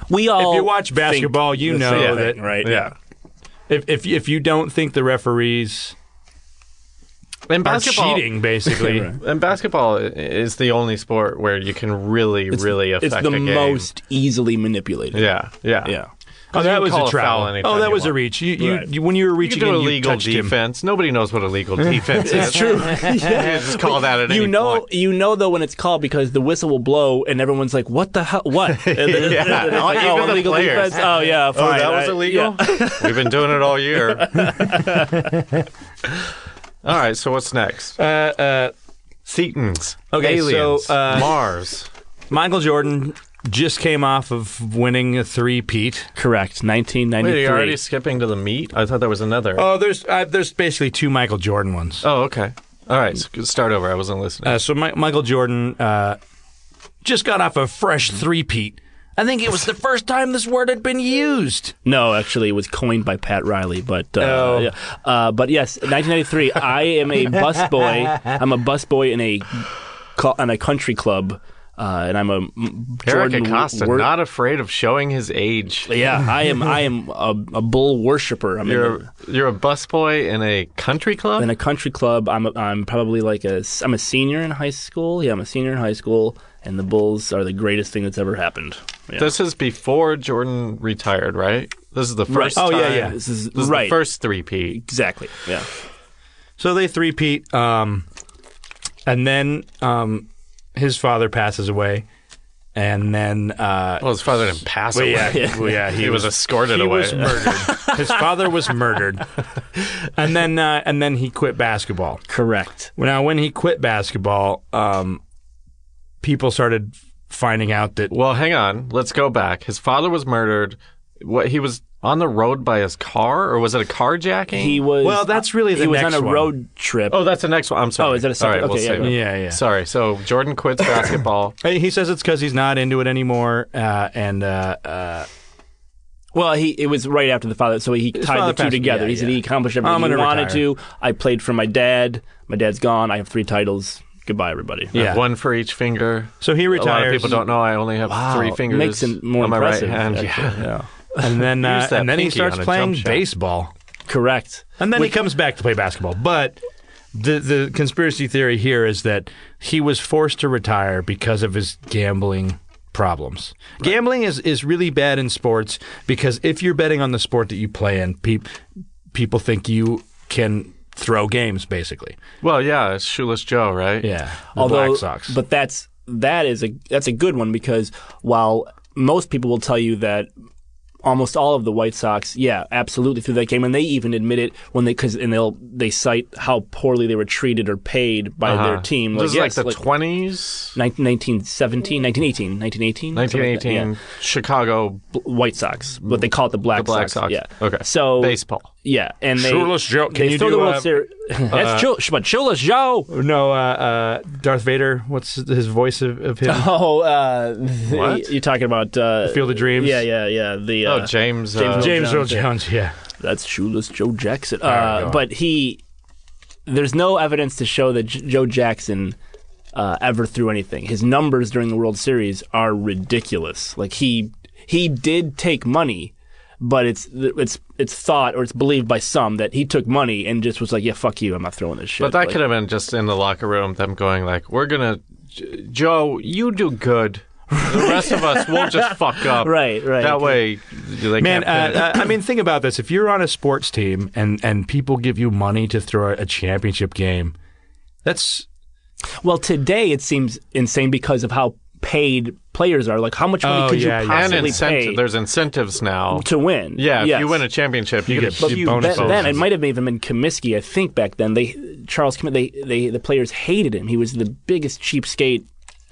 Speaker 2: We all
Speaker 3: if you watch
Speaker 2: Oh, think
Speaker 3: basketball, you
Speaker 2: the
Speaker 3: know
Speaker 2: same
Speaker 3: that
Speaker 2: thing, right?
Speaker 3: If if if you don't think the referees
Speaker 1: And
Speaker 3: are
Speaker 1: basketball,
Speaker 3: cheating, basically.
Speaker 1: and basketball i- is the only sport where you can really, really affect
Speaker 2: It's the
Speaker 1: a game.
Speaker 2: most easily manipulated.
Speaker 1: Yeah, yeah,
Speaker 2: Yeah.
Speaker 3: Oh,
Speaker 1: you
Speaker 3: that
Speaker 1: can
Speaker 3: was
Speaker 1: call
Speaker 3: a
Speaker 1: a foul
Speaker 3: travel.
Speaker 1: anytime
Speaker 3: Oh, that
Speaker 1: you
Speaker 3: was a
Speaker 1: want.
Speaker 3: reach. You, you,
Speaker 2: Right.
Speaker 3: you when you were
Speaker 1: You
Speaker 3: reaching,
Speaker 1: can do
Speaker 3: in,
Speaker 1: a
Speaker 3: you
Speaker 1: legal
Speaker 3: touched him.
Speaker 1: defense. Nobody knows what a legal defense is. It's true. You just call that at
Speaker 2: You
Speaker 1: any
Speaker 2: know,
Speaker 1: point.
Speaker 2: you know though when it's called because the whistle will blow and everyone's like, "What the hell? What?" And then- and then it's like,
Speaker 1: Even
Speaker 2: "Oh,
Speaker 1: the
Speaker 2: illegal
Speaker 1: players.
Speaker 2: defense. Oh yeah,
Speaker 1: Oh,
Speaker 2: fine.
Speaker 1: that was
Speaker 2: I-
Speaker 1: illegal.
Speaker 2: yeah.
Speaker 1: We've been doing it all year. all right. So what's next?
Speaker 3: Uh, uh,
Speaker 1: Setons.
Speaker 3: Okay, so,
Speaker 1: Aliens.
Speaker 3: uh,
Speaker 1: Mars.
Speaker 3: Michael Jordan just came off of winning a three-peat.
Speaker 2: Correct. Nineteen
Speaker 1: Wait, are you already
Speaker 2: ninety-three.
Speaker 1: skipping to the meat? I thought there was another.
Speaker 3: Oh, there's uh, there's basically two Michael Jordan ones.
Speaker 1: Oh, okay. All right, so start over. I wasn't listening.
Speaker 3: Uh, so Mi- Michael Jordan uh, just got off a fresh three-peat. I think it was the first time this word had been used.
Speaker 2: No, actually, it was coined by Pat Riley, but uh,
Speaker 3: Oh.
Speaker 2: yeah. uh, but yes, 1993. I am a busboy. I'm a busboy in a co- on a country club, uh, and I'm a m-
Speaker 1: Eric
Speaker 2: Jordan
Speaker 1: Acosta,
Speaker 2: wor-
Speaker 1: not afraid of showing his age.
Speaker 2: yeah, I am. I am a, a bull worshiper. I'm in a-
Speaker 1: You're you're a busboy in a country club.
Speaker 2: in a country club. I'm a, I'm probably like a s- I'm a senior in high school. Yeah, I'm a senior in high school, and the Bulls are the greatest thing that's ever happened. Yeah.
Speaker 1: this is before Jordan retired, right? This is the first.
Speaker 2: Oh, yeah,
Speaker 1: time-
Speaker 2: yeah. This is-
Speaker 1: the
Speaker 2: right.
Speaker 1: first three P.
Speaker 2: exactly. Yeah.
Speaker 3: So they three-peat, um, and then um, his father passes away, and then uh,
Speaker 1: Well, his father didn't pass
Speaker 3: Well,
Speaker 1: away.
Speaker 3: yeah, well, yeah,
Speaker 1: He was escorted
Speaker 3: he
Speaker 1: away.
Speaker 3: was murdered. His father was murdered, and then uh, and then he quit basketball.
Speaker 2: Correct.
Speaker 3: Now, when he quit basketball, um, people started finding out that
Speaker 1: Well, hang on. Let's go back. His father was murdered. What he was on the road by his car, or was it a carjacking?
Speaker 2: He was.
Speaker 3: Well, that's really the
Speaker 2: he was
Speaker 3: next
Speaker 2: on a
Speaker 3: one.
Speaker 2: road trip.
Speaker 1: Oh, that's the next one. I'm sorry.
Speaker 2: Oh, is that a
Speaker 1: All
Speaker 2: separate-
Speaker 1: right,
Speaker 2: okay,
Speaker 1: we'll
Speaker 2: yeah.
Speaker 1: save it.
Speaker 3: Yeah, yeah.
Speaker 1: Sorry. So Jordan quits basketball.
Speaker 3: Hey, he says it's because he's not into it anymore, uh, and uh, uh,
Speaker 2: Well, he it was right after the father, so he tied
Speaker 3: father
Speaker 2: the two
Speaker 3: passed-
Speaker 2: together.
Speaker 3: yeah,
Speaker 2: he said
Speaker 3: yeah.
Speaker 2: he accomplished
Speaker 3: I'm
Speaker 2: everything he
Speaker 3: gonna
Speaker 2: wanted
Speaker 3: retire.
Speaker 2: to. I played for my dad. My dad's gone. I have three titles. Goodbye, everybody.
Speaker 3: Yeah.
Speaker 1: One for each finger.
Speaker 3: so he
Speaker 1: A lot of
Speaker 3: retires.
Speaker 1: people don't know I only have three fingers
Speaker 2: makes it more
Speaker 1: on my
Speaker 2: impressive.
Speaker 1: right hand.
Speaker 2: actually.
Speaker 1: Yeah.
Speaker 3: and then uh,
Speaker 1: Use that
Speaker 3: and then he
Speaker 1: pinky
Speaker 3: starts
Speaker 1: on a
Speaker 3: playing
Speaker 1: jump shot.
Speaker 3: baseball,
Speaker 2: Correct.
Speaker 3: and then he comes back to play basketball. But the the conspiracy theory here is that he was forced to retire because of his gambling problems. Gambling is is really bad in sports because if you're betting on the sport that you play in, peop people think you can throw games basically.
Speaker 1: Well, yeah, it's Shoeless Joe, right?
Speaker 3: Yeah, the
Speaker 2: Although,
Speaker 3: Black Sox.
Speaker 2: but that's that is a that's a good one because while most people will tell you that almost all of the White Sox, yeah, absolutely through that game, and they even admit it when they because and they'll they cite how poorly they were treated or paid by
Speaker 1: Uh-huh.
Speaker 2: their team.
Speaker 1: this is
Speaker 2: yes,
Speaker 1: like the 20s,
Speaker 2: 1917, 1918,
Speaker 1: 1918, Chicago
Speaker 2: White Sox, but they call it the Black,
Speaker 1: the Black
Speaker 2: Sox.
Speaker 1: Sox.
Speaker 2: Yeah.
Speaker 1: Okay.
Speaker 2: So
Speaker 1: Baseball.
Speaker 2: Yeah, and they
Speaker 3: Shoeless Joe. Can
Speaker 2: they
Speaker 3: you
Speaker 2: throw
Speaker 3: do,
Speaker 2: the World
Speaker 3: uh,
Speaker 2: Series. That's Shoel- but Shoeless Joe.
Speaker 3: No, uh, uh, Darth Vader. What's his voice of, of him?
Speaker 2: Oh, uh, the-
Speaker 1: What?
Speaker 2: you're talking about uh,
Speaker 3: Field of Dreams?
Speaker 2: Yeah, yeah, yeah. The uh,
Speaker 1: Oh, James.
Speaker 2: James
Speaker 1: uh,
Speaker 2: Jones.
Speaker 3: James Earl Jones. Yeah.
Speaker 2: that's shoeless Joe Jackson.
Speaker 3: right, go
Speaker 2: Uh,
Speaker 3: on.
Speaker 2: but he, there's no evidence to show that J- Joe Jackson uh, ever threw anything. His numbers during the World Series are ridiculous. Like he he did take money, but it's it's it's thought or it's believed by some that he took money and just was like, yeah, fuck you, I'm not throwing this shit.
Speaker 1: But that
Speaker 2: Like-
Speaker 1: could have been just in the locker room, them going like, we're going to, Joe, you do good. The rest of us will just fuck up.
Speaker 2: Right, right.
Speaker 1: That way, they
Speaker 3: Man,
Speaker 1: can't
Speaker 3: uh, I I mean, think about this. If you're on a sports team and, and people give you money to throw a championship game, that's
Speaker 2: Well, today it seems insane because of how paid players are. Like, how much money
Speaker 3: Oh,
Speaker 2: could
Speaker 3: yeah,
Speaker 2: you
Speaker 3: yeah.
Speaker 1: and
Speaker 2: possibly
Speaker 1: incentive.
Speaker 2: pay
Speaker 1: There's incentives now.
Speaker 2: to win?
Speaker 1: Yeah, if
Speaker 2: Yes.
Speaker 1: you win a championship, you,
Speaker 3: You
Speaker 1: get
Speaker 3: get
Speaker 1: a
Speaker 2: But
Speaker 3: Cheap
Speaker 2: you,
Speaker 3: bonus
Speaker 2: then, then it
Speaker 3: bonuses.
Speaker 2: might have even been Comiskey. I think back then they Charles Comi- they they the players hated him. He was the biggest cheapskate,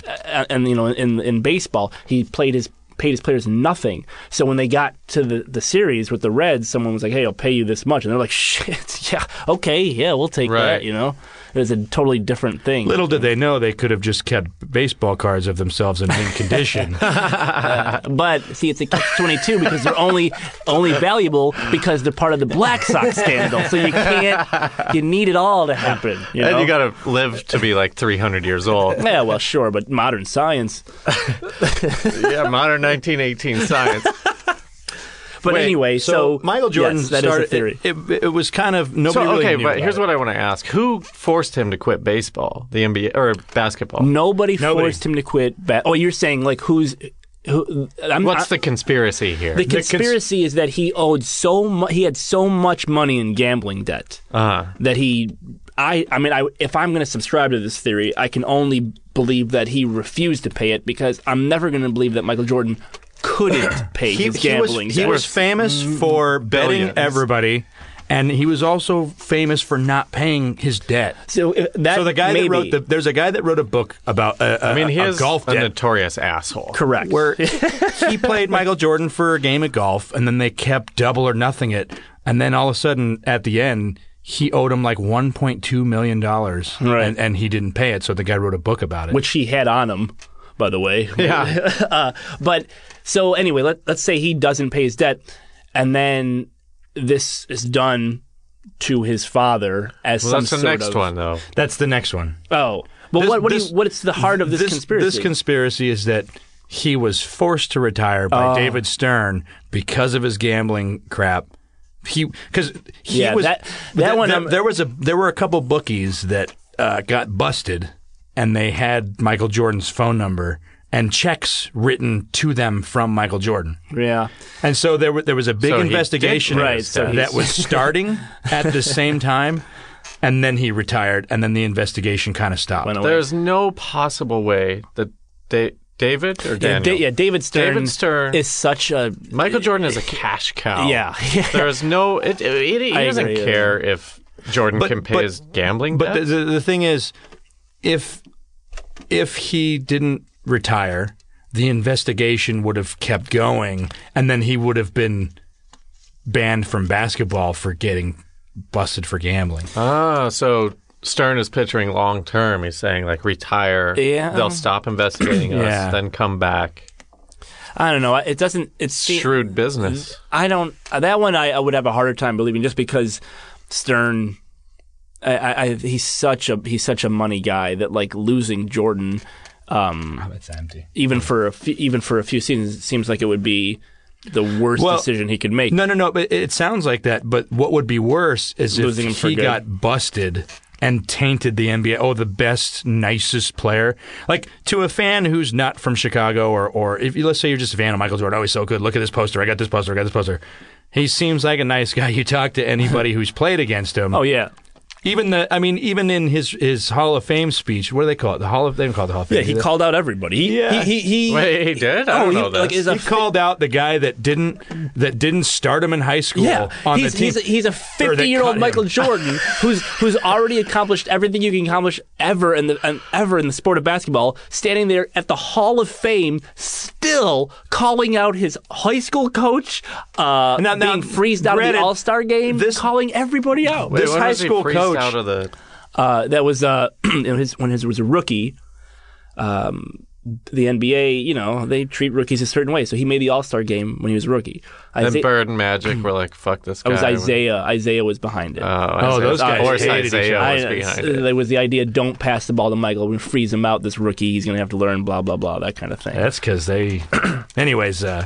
Speaker 2: uh, and you know in in baseball he played his paid his players nothing. So when they got to the the series with the Reds, someone was like, "Hey, I'll pay you this much," and they're like, "Shit, yeah, okay, yeah, we'll take that."
Speaker 1: Right.
Speaker 2: You know, it was a totally different thing.
Speaker 3: little did they know they could have just kept baseball cards of themselves in mint condition.
Speaker 2: Uh, But see, it's a catch twenty two because they're only only valuable because they're part of the Black Sox scandal. So you can't you need it all to happen. You know?
Speaker 1: And you got to live to be like 300 years old.
Speaker 2: yeah, well, sure, but modern science.
Speaker 1: yeah, modern 1918 science.
Speaker 2: But
Speaker 1: Wait,
Speaker 2: anyway, so,
Speaker 3: Michael Jordan
Speaker 2: yes, that is
Speaker 3: started,
Speaker 2: a theory.
Speaker 3: It, it, it was kind of nobody
Speaker 1: so
Speaker 3: really
Speaker 1: okay,
Speaker 3: knew
Speaker 1: but
Speaker 3: about
Speaker 1: here's
Speaker 3: it.
Speaker 1: what I want to ask: Who forced him to quit baseball, the NBA or basketball?
Speaker 2: Nobody,
Speaker 3: Nobody.
Speaker 2: forced him to quit. Ba- oh, you're saying like who's who? I'm,
Speaker 1: What's
Speaker 2: I-
Speaker 1: the conspiracy here?
Speaker 2: the conspiracy is that he owed so much. He had so much money in gambling debt.
Speaker 3: Uh-huh.
Speaker 1: uh,
Speaker 2: that he I I mean I if I'm going to subscribe to this theory, I can only believe that he refused to pay it because I'm never going to believe that Michael Jordan couldn't pay his gambling. Mm-hmm.
Speaker 3: was, he
Speaker 2: debt.
Speaker 3: was famous for betting
Speaker 1: billions.
Speaker 3: everybody, and he was also famous for not paying his debt.
Speaker 2: so uh, that
Speaker 3: so the guy
Speaker 2: maybe,
Speaker 3: that wrote the there's a guy that wrote a book about uh,
Speaker 1: I mean,
Speaker 3: a,
Speaker 1: he
Speaker 3: a
Speaker 1: is
Speaker 3: golf
Speaker 1: a
Speaker 3: debt
Speaker 1: notorious asshole.
Speaker 2: correct
Speaker 3: where he played Michael Jordan for a game of golf, and then they kept double or nothing it, and then all of a sudden at the end. He owed him like 1.2 million dollars,
Speaker 2: Right.
Speaker 3: and, and he didn't pay it. So the guy wrote a book about it.
Speaker 2: which he had on him, by the way. Yeah. uh, but so anyway, let, let's say he doesn't pay his debt, and then this is done to his father as
Speaker 1: Well,
Speaker 2: some
Speaker 1: that's the
Speaker 2: sort
Speaker 1: next
Speaker 2: of-
Speaker 1: one, though.
Speaker 3: that's the next one.
Speaker 2: Oh, but
Speaker 3: This-
Speaker 2: what what,
Speaker 3: this-
Speaker 2: do you, what is the heart of this, conspiracy?
Speaker 3: This conspiracy is that he was forced to retire by
Speaker 2: Oh.
Speaker 3: David Stern because of his gambling crap. He because he
Speaker 2: Yeah,
Speaker 3: was
Speaker 2: that- that
Speaker 3: th-
Speaker 2: one um,
Speaker 3: th-
Speaker 2: I'm-
Speaker 3: there was a there were a couple bookies that uh, got busted, and they had Michael Jordan's phone number and checks written to them from Michael Jordan.
Speaker 2: yeah.
Speaker 3: And so there, were, there was a big
Speaker 1: So he did
Speaker 3: investigation
Speaker 1: pay
Speaker 2: his Right, so
Speaker 3: that
Speaker 2: he's-
Speaker 3: was starting at the same time, and then he retired, and then the investigation kind of stopped.
Speaker 2: Went away.
Speaker 1: There's no possible way that da- David or
Speaker 2: Yeah,
Speaker 1: Daniel,
Speaker 2: da- yeah, David Stern,
Speaker 1: David Stern.
Speaker 2: is such a
Speaker 1: Michael Jordan is a cash cow.
Speaker 2: Yeah.
Speaker 1: there's no. It, it, he
Speaker 2: I
Speaker 1: doesn't
Speaker 2: agree, yeah.
Speaker 1: care if Jordan
Speaker 3: But-
Speaker 1: can pay
Speaker 3: but-
Speaker 1: his gambling
Speaker 3: But
Speaker 1: debt.
Speaker 3: the, the, the thing is, if if he didn't retire, the investigation would have kept going, and then he would have been banned from basketball for getting busted for gambling.
Speaker 1: Ah, so Stern is picturing long term. He's saying like retire.
Speaker 2: Yeah.
Speaker 1: They'll stop investigating
Speaker 3: Yeah.
Speaker 1: us, then come back.
Speaker 2: I don't know. I- It doesn't. It's
Speaker 1: Shrewd business.
Speaker 2: I don't. uh, That one I, I would have a harder time believing just because Stern. I, I, I he's such a he's such a money guy that like losing Jordan, um,
Speaker 3: That's Oh, empty.
Speaker 2: even for a few, even for a few seasons, it seems like it would be the worst
Speaker 3: Well,
Speaker 2: decision he could make.
Speaker 3: No, no, no. But it sounds like that. But what would be worse is
Speaker 2: Losing him
Speaker 3: if
Speaker 2: for
Speaker 3: he
Speaker 2: good.
Speaker 3: got busted and tainted the NBA. Oh, the best, nicest player. Like to a fan who's not from Chicago, or or if you let's say you're just a fan of Michael Jordan. Oh, he's so good. Look at this poster. I got this poster. I got this poster. He seems like a nice guy. You talk to anybody who's played against him.
Speaker 2: Oh yeah,
Speaker 3: even the I mean, even in his his Hall of Fame speech, what do they call it? The Hall of they don't call it the Hall of Fame.
Speaker 2: yeah. He
Speaker 3: do they?
Speaker 2: called out everybody. He,
Speaker 3: Yeah.
Speaker 2: he, he, he
Speaker 1: Wait, he did? I
Speaker 2: oh,
Speaker 1: don't
Speaker 2: he,
Speaker 1: know this.
Speaker 2: Like, is a
Speaker 3: He called out the guy that didn't that didn't start him in high school
Speaker 2: Yeah,
Speaker 3: on
Speaker 2: he's,
Speaker 3: the team.
Speaker 2: he's a, he's a
Speaker 3: or that
Speaker 2: 50 year old
Speaker 3: cut
Speaker 2: Michael
Speaker 3: him.
Speaker 2: Jordan who's who's already accomplished everything you can accomplish ever in the and ever in the sport of basketball, standing there at the Hall of Fame, still calling out his high school coach, uh,
Speaker 3: Now- now,
Speaker 2: being freezed out of
Speaker 3: granted,
Speaker 2: the All Star game,
Speaker 3: this-
Speaker 2: calling everybody out.
Speaker 1: Wait,
Speaker 3: this
Speaker 1: when
Speaker 3: high
Speaker 1: was he
Speaker 3: school
Speaker 1: freezed
Speaker 3: coach-
Speaker 1: out of the
Speaker 2: Uh, that was uh, his, when his was a rookie. Um, the NBA, you know, they treat rookies a certain way. So he made the All Star game when he was a rookie.
Speaker 1: then
Speaker 2: Isaiah-
Speaker 1: Bird and Magic were like, fuck this
Speaker 2: it
Speaker 1: guy.
Speaker 2: was Isaiah. Isaiah was behind it.
Speaker 1: Oh, Isaiah.
Speaker 3: those
Speaker 1: Of
Speaker 3: guys
Speaker 1: course
Speaker 3: hated each
Speaker 1: Isaiah
Speaker 3: other.
Speaker 1: was
Speaker 2: I- it's-
Speaker 1: behind it.
Speaker 2: There was the idea: don't pass the ball to Michael. We freeze him out. This rookie, he's going to have to learn. Blah blah blah. That kind of thing.
Speaker 3: That's because they. Anyways, uh,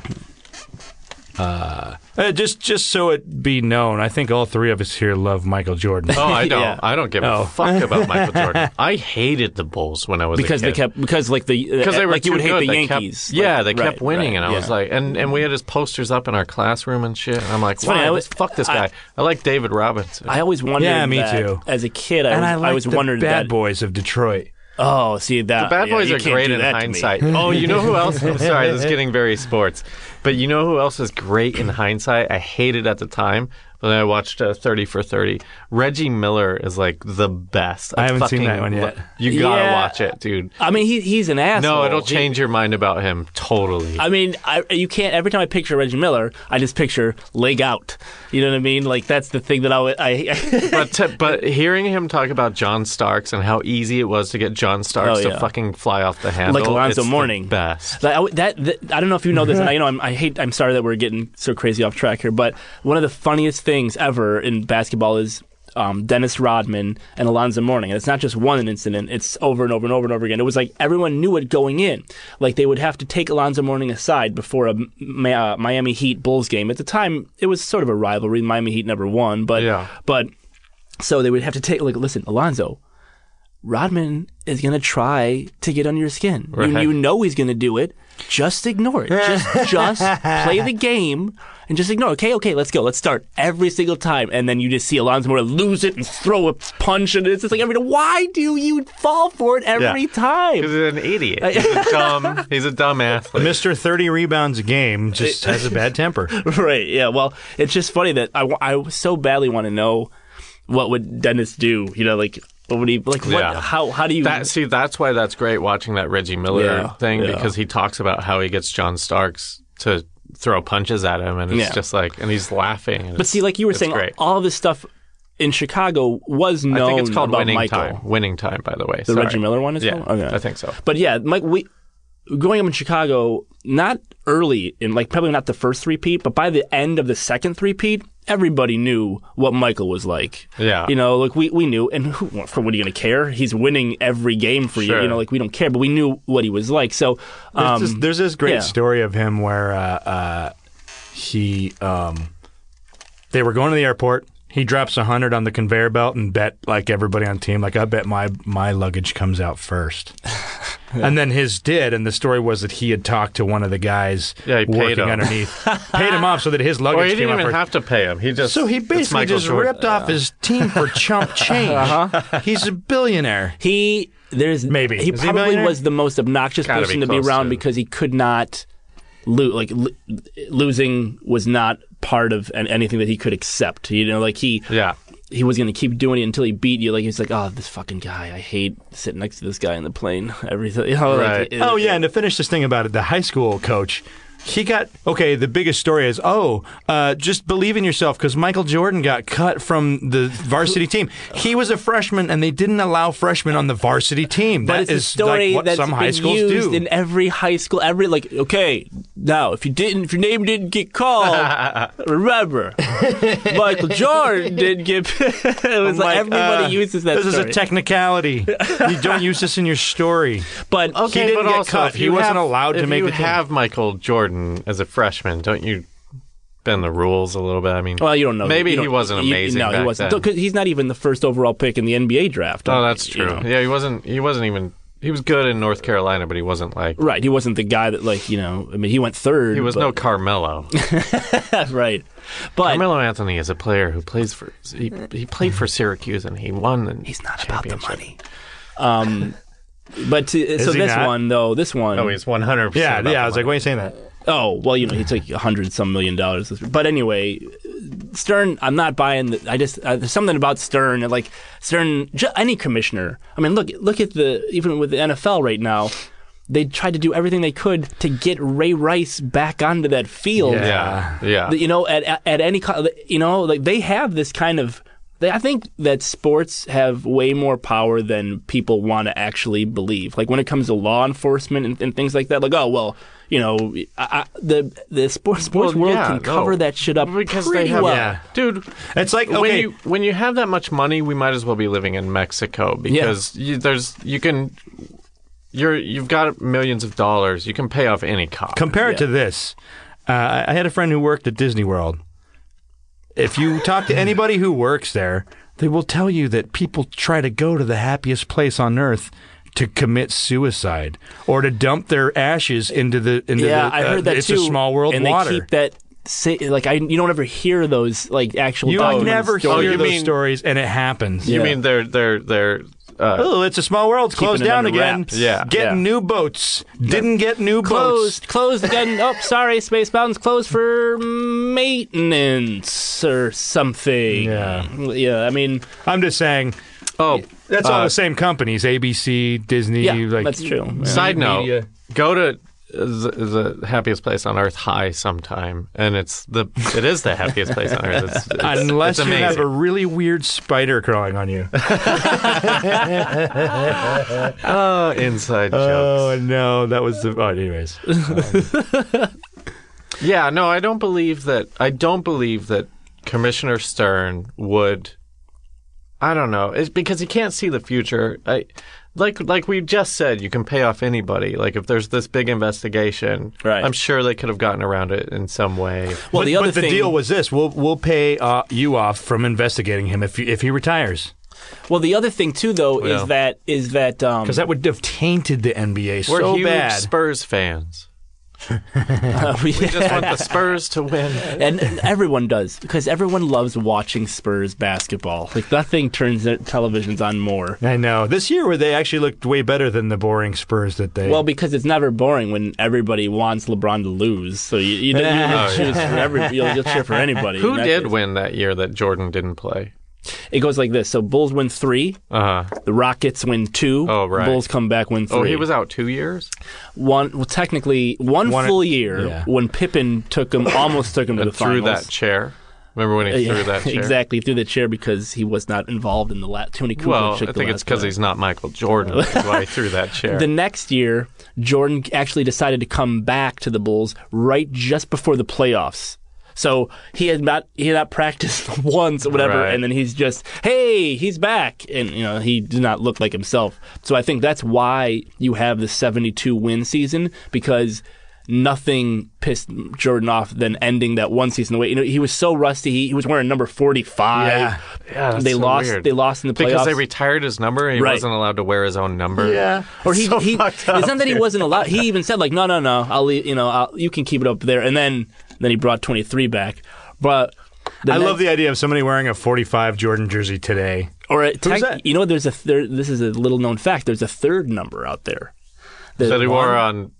Speaker 3: Uh, just just so it be known, I think all three of us here love Michael Jordan.
Speaker 1: Oh, I don't.
Speaker 2: Yeah.
Speaker 1: I don't give
Speaker 3: Oh.
Speaker 1: a fuck about Michael Jordan. I hated the Bulls when I was a
Speaker 2: because they
Speaker 1: kid.
Speaker 2: kept because like the uh,
Speaker 1: because they were
Speaker 2: like you would
Speaker 1: too
Speaker 2: hate
Speaker 1: good.
Speaker 2: the
Speaker 1: They
Speaker 2: Yankees.
Speaker 1: Kept, yeah, they kept
Speaker 2: right,
Speaker 1: winning,
Speaker 2: right,
Speaker 1: and I was
Speaker 2: yeah.
Speaker 1: like, and, and we had his posters up in our classroom and shit. And I'm like,
Speaker 2: funny,
Speaker 1: why?
Speaker 2: I
Speaker 1: This,
Speaker 2: was-
Speaker 1: fuck this guy.
Speaker 2: I-
Speaker 1: I, like David Robinson.
Speaker 2: I always wondered.
Speaker 3: Yeah, me
Speaker 2: that.
Speaker 3: too.
Speaker 2: As a kid, I
Speaker 3: and
Speaker 2: was,
Speaker 3: I, like
Speaker 2: was
Speaker 3: the
Speaker 2: wondering
Speaker 3: Bad
Speaker 2: that.
Speaker 3: Boys of Detroit.
Speaker 2: Oh, see that
Speaker 1: The Bad
Speaker 2: yeah,
Speaker 1: Boys
Speaker 2: you
Speaker 1: are
Speaker 2: can't
Speaker 1: great
Speaker 2: do
Speaker 1: in
Speaker 2: that to me.
Speaker 1: hindsight. oh, you know who else? I'm sorry, this is getting very sports. But you know who else is great in hindsight? I hated at the time. But then I watched uh, 30 for 30. Reggie Miller is like the best.
Speaker 3: I haven't seen
Speaker 1: fucking
Speaker 3: that one yet.
Speaker 1: lo- You gotta
Speaker 2: Yeah.
Speaker 1: watch it, dude.
Speaker 2: I mean, he, he's an asshole.
Speaker 1: No, it'll
Speaker 2: He-
Speaker 1: change your mind about him totally.
Speaker 2: I mean, I, you can't. Every time I picture Reggie Miller, I just picture leg out. You know what I mean? Like that's the thing that I. would- I
Speaker 1: but to, but hearing him talk about John Starks and how easy it was to get John Starks
Speaker 2: Oh,
Speaker 1: to
Speaker 2: yeah.
Speaker 1: fucking fly off the handle,
Speaker 2: Alonzo
Speaker 1: it's
Speaker 2: Mourning.
Speaker 1: the best.
Speaker 2: Like, I, would- that, that I don't know if you know this. and I you know I'm, I hate. I'm sorry that we're getting so crazy off track here, but one of the funniest things ever in basketball is um, Dennis Rodman and Alonzo Mourning. And it's not just one incident. It's over and over and over and over again. It was like everyone knew it going in. Like they would have to take Alonzo Mourning aside before a M- Mi- uh, Miami Heat Bulls game. At the time, it was sort of a rivalry. Miami Heat never won, but
Speaker 1: Yeah.
Speaker 2: but so they would have to take like listen, Alonzo. Rodman is gonna try to get under your skin. You,
Speaker 1: Right.
Speaker 2: you know he's gonna do it. Just ignore it. Just just play the game and just ignore. it. Okay, okay, let's go. Let's start every single time, and then you just see Alonzo Moore lose it and throw a punch, and it's just like, I mean, why do you fall for it every
Speaker 1: Yeah. He's
Speaker 2: time?
Speaker 1: an idiot. He's a dumb. He's a dumb athlete.
Speaker 3: Mister Thirty Rebounds a Game just has a bad temper.
Speaker 2: right? Yeah. Well, it's just funny that I, wa- I so badly want to know what would Dennis do. You know, like what would he like? What?
Speaker 1: Yeah.
Speaker 2: How? How do you?
Speaker 1: That see, that's why that's great watching that Reggie Miller
Speaker 2: Yeah,
Speaker 1: thing
Speaker 2: yeah.
Speaker 1: because he talks about how he gets John Starks to throw punches at him, and it's
Speaker 2: Yeah.
Speaker 1: just like, and he's laughing. and
Speaker 2: But
Speaker 1: it's-
Speaker 2: see, like you were
Speaker 1: it's
Speaker 2: saying,
Speaker 1: great.
Speaker 2: all this stuff in Chicago was known
Speaker 1: I think it's called
Speaker 2: about
Speaker 1: winning
Speaker 2: Michael.
Speaker 1: time. Winning time, by the way.
Speaker 2: The Reggie Miller one is
Speaker 1: Yeah,
Speaker 2: called? Okay.
Speaker 1: I think so.
Speaker 2: But yeah, Mike, we growing up in Chicago, not early in like probably not the first three-peat, but by the end of the second three-peat, everybody knew what Michael was like.
Speaker 1: Yeah.
Speaker 2: you know, like we we knew, and who, for what are you going to care? He's winning every game for you.
Speaker 1: Sure.
Speaker 2: You know, like we don't care, but we knew what he was like. So,
Speaker 3: there's,
Speaker 2: um,
Speaker 3: this, there's this great
Speaker 2: yeah.
Speaker 3: story of him where uh, uh, he um, they were going to the airport. He drops a hundred on the conveyor belt and bet like everybody on the team. Like I bet my my luggage comes out first, and then his did. And the story was that he had talked to one of the guys
Speaker 1: Yeah, he paid
Speaker 3: working
Speaker 1: him.
Speaker 3: underneath, paid him off so that his luggage
Speaker 1: Or he
Speaker 3: came
Speaker 1: didn't
Speaker 3: out
Speaker 1: even
Speaker 3: first.
Speaker 1: have to pay him. He just
Speaker 3: so he
Speaker 1: it's
Speaker 3: basically
Speaker 1: Michael
Speaker 3: just
Speaker 1: Jordan.
Speaker 3: ripped off his team for chump change.
Speaker 1: Uh-huh.
Speaker 3: He's a billionaire.
Speaker 2: He there's
Speaker 3: Maybe.
Speaker 2: he
Speaker 3: Is he a
Speaker 2: probably
Speaker 3: millionaire?
Speaker 2: was the most obnoxious
Speaker 1: Gotta be
Speaker 2: person to be
Speaker 1: close
Speaker 2: around
Speaker 1: to.
Speaker 2: because he could not lose. Like lo- losing was not part of an- anything that he could accept. You know, like he
Speaker 1: Yeah.
Speaker 2: he was gonna keep doing it until he beat you. Like he's like, oh, this fucking guy. I hate sitting next to this guy in the plane. Everything. You know, like,
Speaker 1: Right.
Speaker 2: it-
Speaker 3: Oh yeah, and to finish this thing about it, the high school coach, he got okay. The biggest story is oh, uh, just believe in yourself because Michael Jordan got cut from the varsity team. He was a freshman, and they didn't allow freshmen on the varsity team.
Speaker 2: But
Speaker 3: That
Speaker 2: it's
Speaker 3: is
Speaker 2: a story
Speaker 3: like what
Speaker 2: that's
Speaker 3: some high
Speaker 2: been
Speaker 3: schools
Speaker 2: used
Speaker 3: do.
Speaker 2: in every high school. Every like, okay, now if you didn't, if your name didn't get called, remember, Michael Jordan did get. it was like everybody
Speaker 3: uh,
Speaker 2: uses that.
Speaker 3: This is
Speaker 2: story.
Speaker 3: a technicality. you don't use this in your story.
Speaker 2: But
Speaker 1: Okay,
Speaker 3: didn't
Speaker 1: but
Speaker 3: get
Speaker 1: also,
Speaker 3: cut.
Speaker 1: if
Speaker 3: He
Speaker 1: you
Speaker 3: wasn't
Speaker 1: have-
Speaker 3: allowed to
Speaker 1: if
Speaker 3: make
Speaker 1: you
Speaker 3: the team.
Speaker 1: have Michael Jordan as a freshman, don't you bend the rules a little bit? I mean,
Speaker 2: well, you don't know.
Speaker 1: Maybe
Speaker 2: You
Speaker 1: he
Speaker 2: don't-
Speaker 1: wasn't
Speaker 2: you-
Speaker 1: amazing.
Speaker 2: no,
Speaker 1: back
Speaker 2: he wasn't.
Speaker 1: then.
Speaker 2: Because he's not even the first overall pick in the NBA draft.
Speaker 1: Oh,
Speaker 2: I-
Speaker 1: that's
Speaker 2: you
Speaker 1: true.
Speaker 2: know.
Speaker 1: Yeah, he wasn't. He wasn't even. He was good in North Carolina, but he wasn't like.
Speaker 2: Right, he wasn't the guy that like you know. I mean, he went third.
Speaker 1: He was
Speaker 2: but,
Speaker 1: no Carmelo.
Speaker 2: right, but
Speaker 1: Carmelo Anthony is a player who plays for. He, he played for Syracuse and he won. The
Speaker 2: he's not about the money. Um, but to, so
Speaker 3: he
Speaker 2: this
Speaker 3: not?
Speaker 2: one though, this one.
Speaker 1: Oh, he's one hundred
Speaker 3: Yeah,
Speaker 1: percent.
Speaker 3: yeah. I was like, why are you saying that?
Speaker 2: Oh well, you know he took a hundred some million dollars. But anyway, Stern, I'm not buying. The, I just uh, there's something about Stern and like Stern, ju- any commissioner. I mean, look look at the even with the NFL right now, they tried to do everything they could to get Ray Rice back onto that field.
Speaker 1: Yeah, yeah.
Speaker 2: You know, at at- at any co- you know, like they have this kind of. They, I think that sports have way more power than people want to actually believe. Like when it comes to law enforcement and, and things like that. Like, oh well, you know, I, I, the the sports sports
Speaker 1: Well,
Speaker 2: world
Speaker 1: yeah,
Speaker 2: can cover
Speaker 1: no.
Speaker 2: that shit up
Speaker 1: because
Speaker 2: pretty
Speaker 1: they have,
Speaker 2: well.
Speaker 3: Yeah.
Speaker 1: dude.
Speaker 3: It's like okay,
Speaker 1: When you when you have that much money, we might as well be living in Mexico because you, there's you can. You're you've got millions of dollars. You can pay off any cop.
Speaker 3: Compare it to this. Uh, I- I had a friend who worked at Disney World. If you talk to anybody who works there, they will tell you that people try to go to the happiest place on earth to commit suicide or to dump their ashes into the into
Speaker 2: Yeah,
Speaker 3: the,
Speaker 2: I
Speaker 3: uh,
Speaker 2: heard that
Speaker 3: it's
Speaker 2: too.
Speaker 3: a small world
Speaker 2: and
Speaker 3: water.
Speaker 2: they keep that. Say, like I, you don't ever hear those like actual.
Speaker 3: you
Speaker 2: documented
Speaker 3: never
Speaker 2: stories.
Speaker 3: hear
Speaker 1: you
Speaker 3: those
Speaker 1: mean-
Speaker 3: stories, and it happens.
Speaker 1: You mean they're they're they're uh,
Speaker 3: Oh, it's a small world. It's closed
Speaker 2: it
Speaker 3: down
Speaker 2: under
Speaker 3: again.
Speaker 2: wraps.
Speaker 1: Yeah.
Speaker 3: Getting new boats. Didn't get new boats.
Speaker 2: closed, closed again. oh, sorry, Space Mountain's closed for maintenance or something.
Speaker 3: Yeah.
Speaker 2: yeah. I mean,
Speaker 3: I'm just saying.
Speaker 1: oh
Speaker 3: That's all the same companies: ABC, Disney.
Speaker 2: Uh, yeah,
Speaker 3: like,
Speaker 2: that's true. Yeah.
Speaker 1: Side note:
Speaker 3: Media.
Speaker 1: Go to the, the happiest place on earth, high, sometime, and it's the it is the happiest place on earth. It's, it's,
Speaker 3: Unless
Speaker 1: it's
Speaker 3: you
Speaker 1: amazing.
Speaker 3: have a really weird spider crawling on you.
Speaker 1: oh, inside jokes.
Speaker 3: oh no, that was the. Oh, anyways,
Speaker 1: Yeah, no, I don't believe that. I don't believe that Commissioner Stern would. I don't know. It's because he can't see the future. I, like, like we just said, you can pay off anybody. Like, if there's this big investigation,
Speaker 2: Right.
Speaker 1: I'm sure they could have gotten around it in some way.
Speaker 2: Well,
Speaker 3: but,
Speaker 2: the other
Speaker 3: but the
Speaker 2: thing,
Speaker 3: deal was this: we'll we'll pay uh, you off from investigating him if you, if he retires,
Speaker 2: well, the other thing too, though,
Speaker 1: Yeah.
Speaker 2: is that is that um,
Speaker 3: because that would have tainted the NBA
Speaker 1: We're
Speaker 3: so
Speaker 1: huge
Speaker 3: bad.
Speaker 1: Spurs fans.
Speaker 2: we
Speaker 1: Just want the Spurs to win.
Speaker 2: and and everyone does because everyone loves watching Spurs basketball. Like nothing turns their televisions on more.
Speaker 3: I know. This year, where they actually looked way better than the boring Spurs that they.
Speaker 2: Well, because it's never boring when everybody wants LeBron to lose. So you you, you,
Speaker 3: Oh,
Speaker 2: choose for every, you'll, you'll cheer for anybody.
Speaker 1: Who
Speaker 2: in that
Speaker 1: did
Speaker 2: case.
Speaker 1: win that year that Jordan didn't play?
Speaker 2: It goes like this. So Bulls win three.
Speaker 1: Uh huh.
Speaker 2: The Rockets win two.
Speaker 1: Oh, right.
Speaker 2: Bulls come back win three.
Speaker 1: Oh, he was out two years.
Speaker 2: one. Well, technically one,
Speaker 3: One-
Speaker 2: full year
Speaker 3: yeah.
Speaker 2: when Pippen took him almost took him to the
Speaker 1: And threw
Speaker 2: finals.
Speaker 1: that chair. Remember when he
Speaker 2: Yeah,
Speaker 1: threw that chair?
Speaker 2: exactly through the chair because he was not involved in the last. Tony Kukoc
Speaker 1: Well, I
Speaker 2: shook the
Speaker 1: think it's
Speaker 2: last
Speaker 1: because
Speaker 2: guy.
Speaker 1: he's not Michael Jordan. That's why he threw that chair.
Speaker 2: The next year, Jordan actually decided to come back to the Bulls right just before the playoffs. So he had not he had not practiced once or whatever,
Speaker 1: Right.
Speaker 2: and then he's just hey he's back, and you know he did not look like himself. So I think that's why you have the seventy two win season because nothing pissed Jordan off than ending that one season away. You know he was so rusty. He, he was wearing number forty five.
Speaker 3: Yeah.
Speaker 1: Yeah, that's
Speaker 2: they
Speaker 1: so
Speaker 2: lost.
Speaker 1: weird.
Speaker 2: They lost in the playoffs
Speaker 1: because they retired his number and he
Speaker 2: Right.
Speaker 1: wasn't allowed to wear his own number.
Speaker 3: yeah,
Speaker 2: or he,
Speaker 1: So
Speaker 2: he
Speaker 1: fucked
Speaker 2: it's
Speaker 1: up,
Speaker 2: not that he wasn't allowed. He even said like, no, no, no, I'll leave. You know, I'll, you can keep it up there. And then then he brought twenty three back, but the
Speaker 3: I
Speaker 2: next-
Speaker 3: love the idea of somebody wearing a 45 Jordan jersey today.
Speaker 2: or a tech-
Speaker 3: that?
Speaker 2: you know there's a third. This is a little known fact. There's a third number out there. There's
Speaker 1: That he
Speaker 2: one-
Speaker 1: wore on.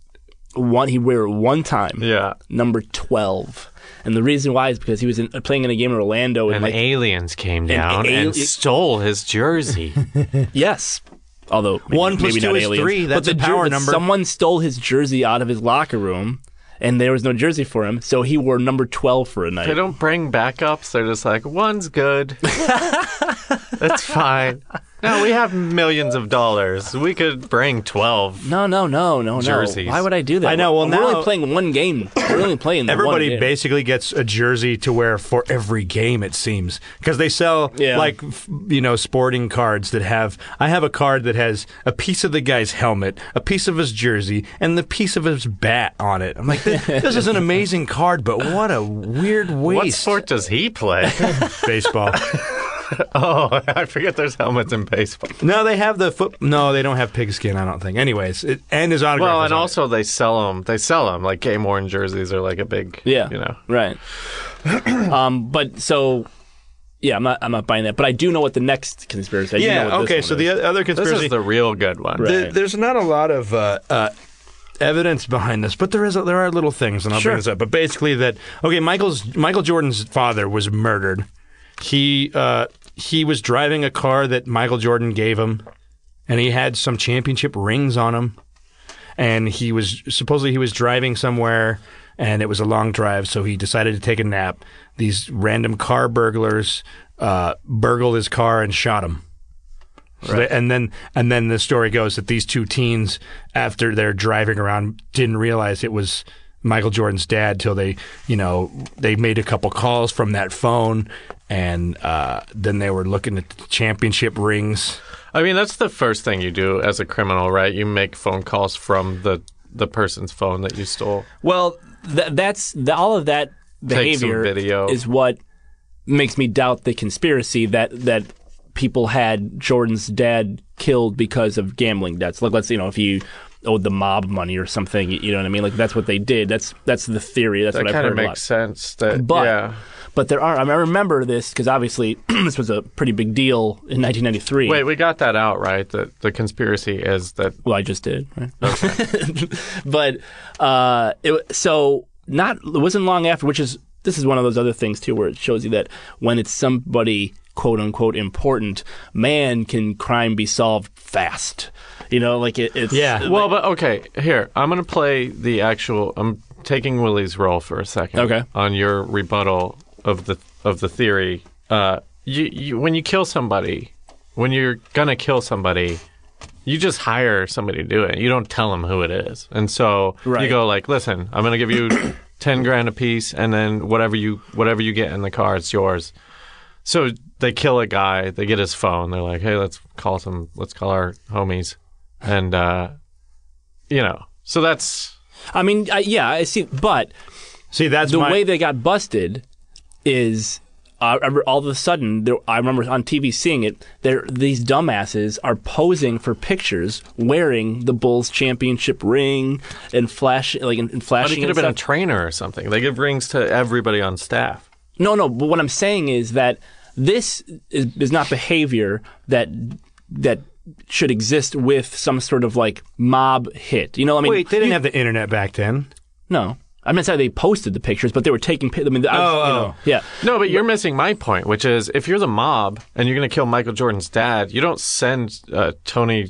Speaker 2: one he wear it one time.
Speaker 1: Yeah.
Speaker 2: number twelve. And the reason why is because he was in, playing in a game in Orlando, and
Speaker 1: And
Speaker 2: like
Speaker 1: aliens came down
Speaker 2: al-
Speaker 1: and stole his jersey.
Speaker 2: yes, although maybe,
Speaker 3: One plus
Speaker 2: maybe
Speaker 3: two
Speaker 2: not
Speaker 3: is
Speaker 2: aliens.
Speaker 3: three.
Speaker 2: But
Speaker 3: That's
Speaker 2: the
Speaker 3: a power
Speaker 2: but
Speaker 3: number.
Speaker 2: Someone stole his jersey out of his locker room, and there was no jersey for him, so he wore number twelve for a night.
Speaker 1: they don't bring backups. They're just like, one's good. That's fine. No, we have millions of dollars. We could bring 12.
Speaker 2: No, no, no, no, no.
Speaker 1: Jerseys.
Speaker 2: Why would I do that?
Speaker 3: I know, well,
Speaker 2: we're only
Speaker 3: now-
Speaker 2: playing one game. We're only playing the
Speaker 3: Everybody
Speaker 2: One game.
Speaker 3: basically gets a jersey to wear for every game, it seems, because they sell
Speaker 2: Yeah.
Speaker 3: like f- you know sporting cards that have. I have a card that has a piece of the guy's helmet, a piece of his jersey, and the piece of his bat on it. I'm like, this, this is an amazing card, but what a weird
Speaker 1: What
Speaker 3: waste.
Speaker 1: sport does he play?
Speaker 3: baseball?
Speaker 1: oh, I forget there's helmets in baseball.
Speaker 3: no, they have the foot. No, they don't have pigskin. I don't think. Anyways, it, and his autograph.
Speaker 1: Well,
Speaker 3: is
Speaker 1: and
Speaker 3: on it.
Speaker 1: also they sell them. They sell them like game worn jerseys are like a big,
Speaker 2: Yeah,
Speaker 1: you know.
Speaker 2: right. um, but so, yeah, I'm not, I'm not buying that. But I do know what the next conspiracy. I do know
Speaker 3: yeah.
Speaker 2: what this
Speaker 3: okay,
Speaker 2: one
Speaker 3: so
Speaker 2: is.
Speaker 3: the o- other
Speaker 1: This
Speaker 3: conspiracy.
Speaker 1: is the real good one.
Speaker 2: Right.
Speaker 3: There- there's not a lot of uh, uh, evidence behind this, but there is there are little things, and I'll
Speaker 2: Sure.
Speaker 3: bring this up. But basically, that okay, Michael's Michael Jordan's father was murdered. He uh, he was driving a car that Michael Jordan gave him, and he had some championship rings on him. And he was supposedly he was driving somewhere, and it was a long drive, so he decided to take a nap. These random car burglars uh, burgled his car and shot him. So they- and then and then the story goes that these two teens, after they're driving around, didn't realize it was Michael Jordan's dad till they, you know, they made a couple calls from that phone, and uh, then they were looking at the championship rings.
Speaker 1: I mean, that's the first thing you do as a criminal, right? You make phone calls from the the person's phone that you stole.
Speaker 2: well, th- that's the, all of that
Speaker 1: some
Speaker 2: behavior
Speaker 1: video.
Speaker 2: is what makes me doubt the conspiracy that that people had Jordan's dad killed because of gambling debts. Like let's you know if you owed the mob money or something, you know what I mean? Like that's what they did. That's that's the theory. That's
Speaker 1: That
Speaker 2: what I've
Speaker 1: kind
Speaker 2: heard
Speaker 1: of
Speaker 2: a
Speaker 1: makes
Speaker 2: lot.
Speaker 1: sense. That
Speaker 2: But
Speaker 1: yeah.
Speaker 2: but there are. I, mean, I remember this because obviously this was a pretty big deal in 1993.
Speaker 1: Wait, we got that out right. That the conspiracy is that
Speaker 2: Well, I just did. Right? but uh, it, wa- so not it wasn't long after, which is this is one of those other things too, where it shows you that when it's somebody quote unquote important, man, can crime be solved fast? You know, like it, it's
Speaker 3: Yeah.
Speaker 2: like-
Speaker 1: Well, but okay, here. I'm going to play the actual I'm taking Willie's role for a second.
Speaker 2: Okay.
Speaker 1: On your rebuttal of the of the theory. Uh you, you when you kill somebody, when you're going to kill somebody, you just hire somebody to do it. You don't tell them who it is. And so you
Speaker 2: Right.
Speaker 1: go like, "Listen, I'm going to give you 10 grand a piece and then whatever you whatever you get in the car, it's yours." So they kill a guy. They get his phone. They're like, "Hey, let's call some. Let's call our homies," and uh, you know. So that's
Speaker 2: I mean, I, yeah, I see, but
Speaker 3: See, that's
Speaker 2: the
Speaker 3: my,
Speaker 2: way they got busted is uh, I remember all of a sudden there, I remember on TV seeing it. There, these dumbasses are posing for pictures wearing the Bulls championship ring and flash like and, and
Speaker 1: but he
Speaker 2: flashing.
Speaker 1: could have
Speaker 2: and
Speaker 1: been a
Speaker 2: stuff.
Speaker 1: trainer or something. They give rings to everybody on staff.
Speaker 2: no, no. But what I'm saying is that this is, is not behavior that that should exist with some sort of like mob hit. You know, I mean,
Speaker 3: Wait, they didn't have the internet back then.
Speaker 2: no. I'm not saying they posted the pictures, but they were taking. pi- I mean, I was,
Speaker 3: Oh,
Speaker 2: you
Speaker 3: oh.
Speaker 2: know, yeah.
Speaker 1: No, but you're missing my point, which is if you're the mob and you're going to kill Michael Jordan's dad, you don't send uh, Tony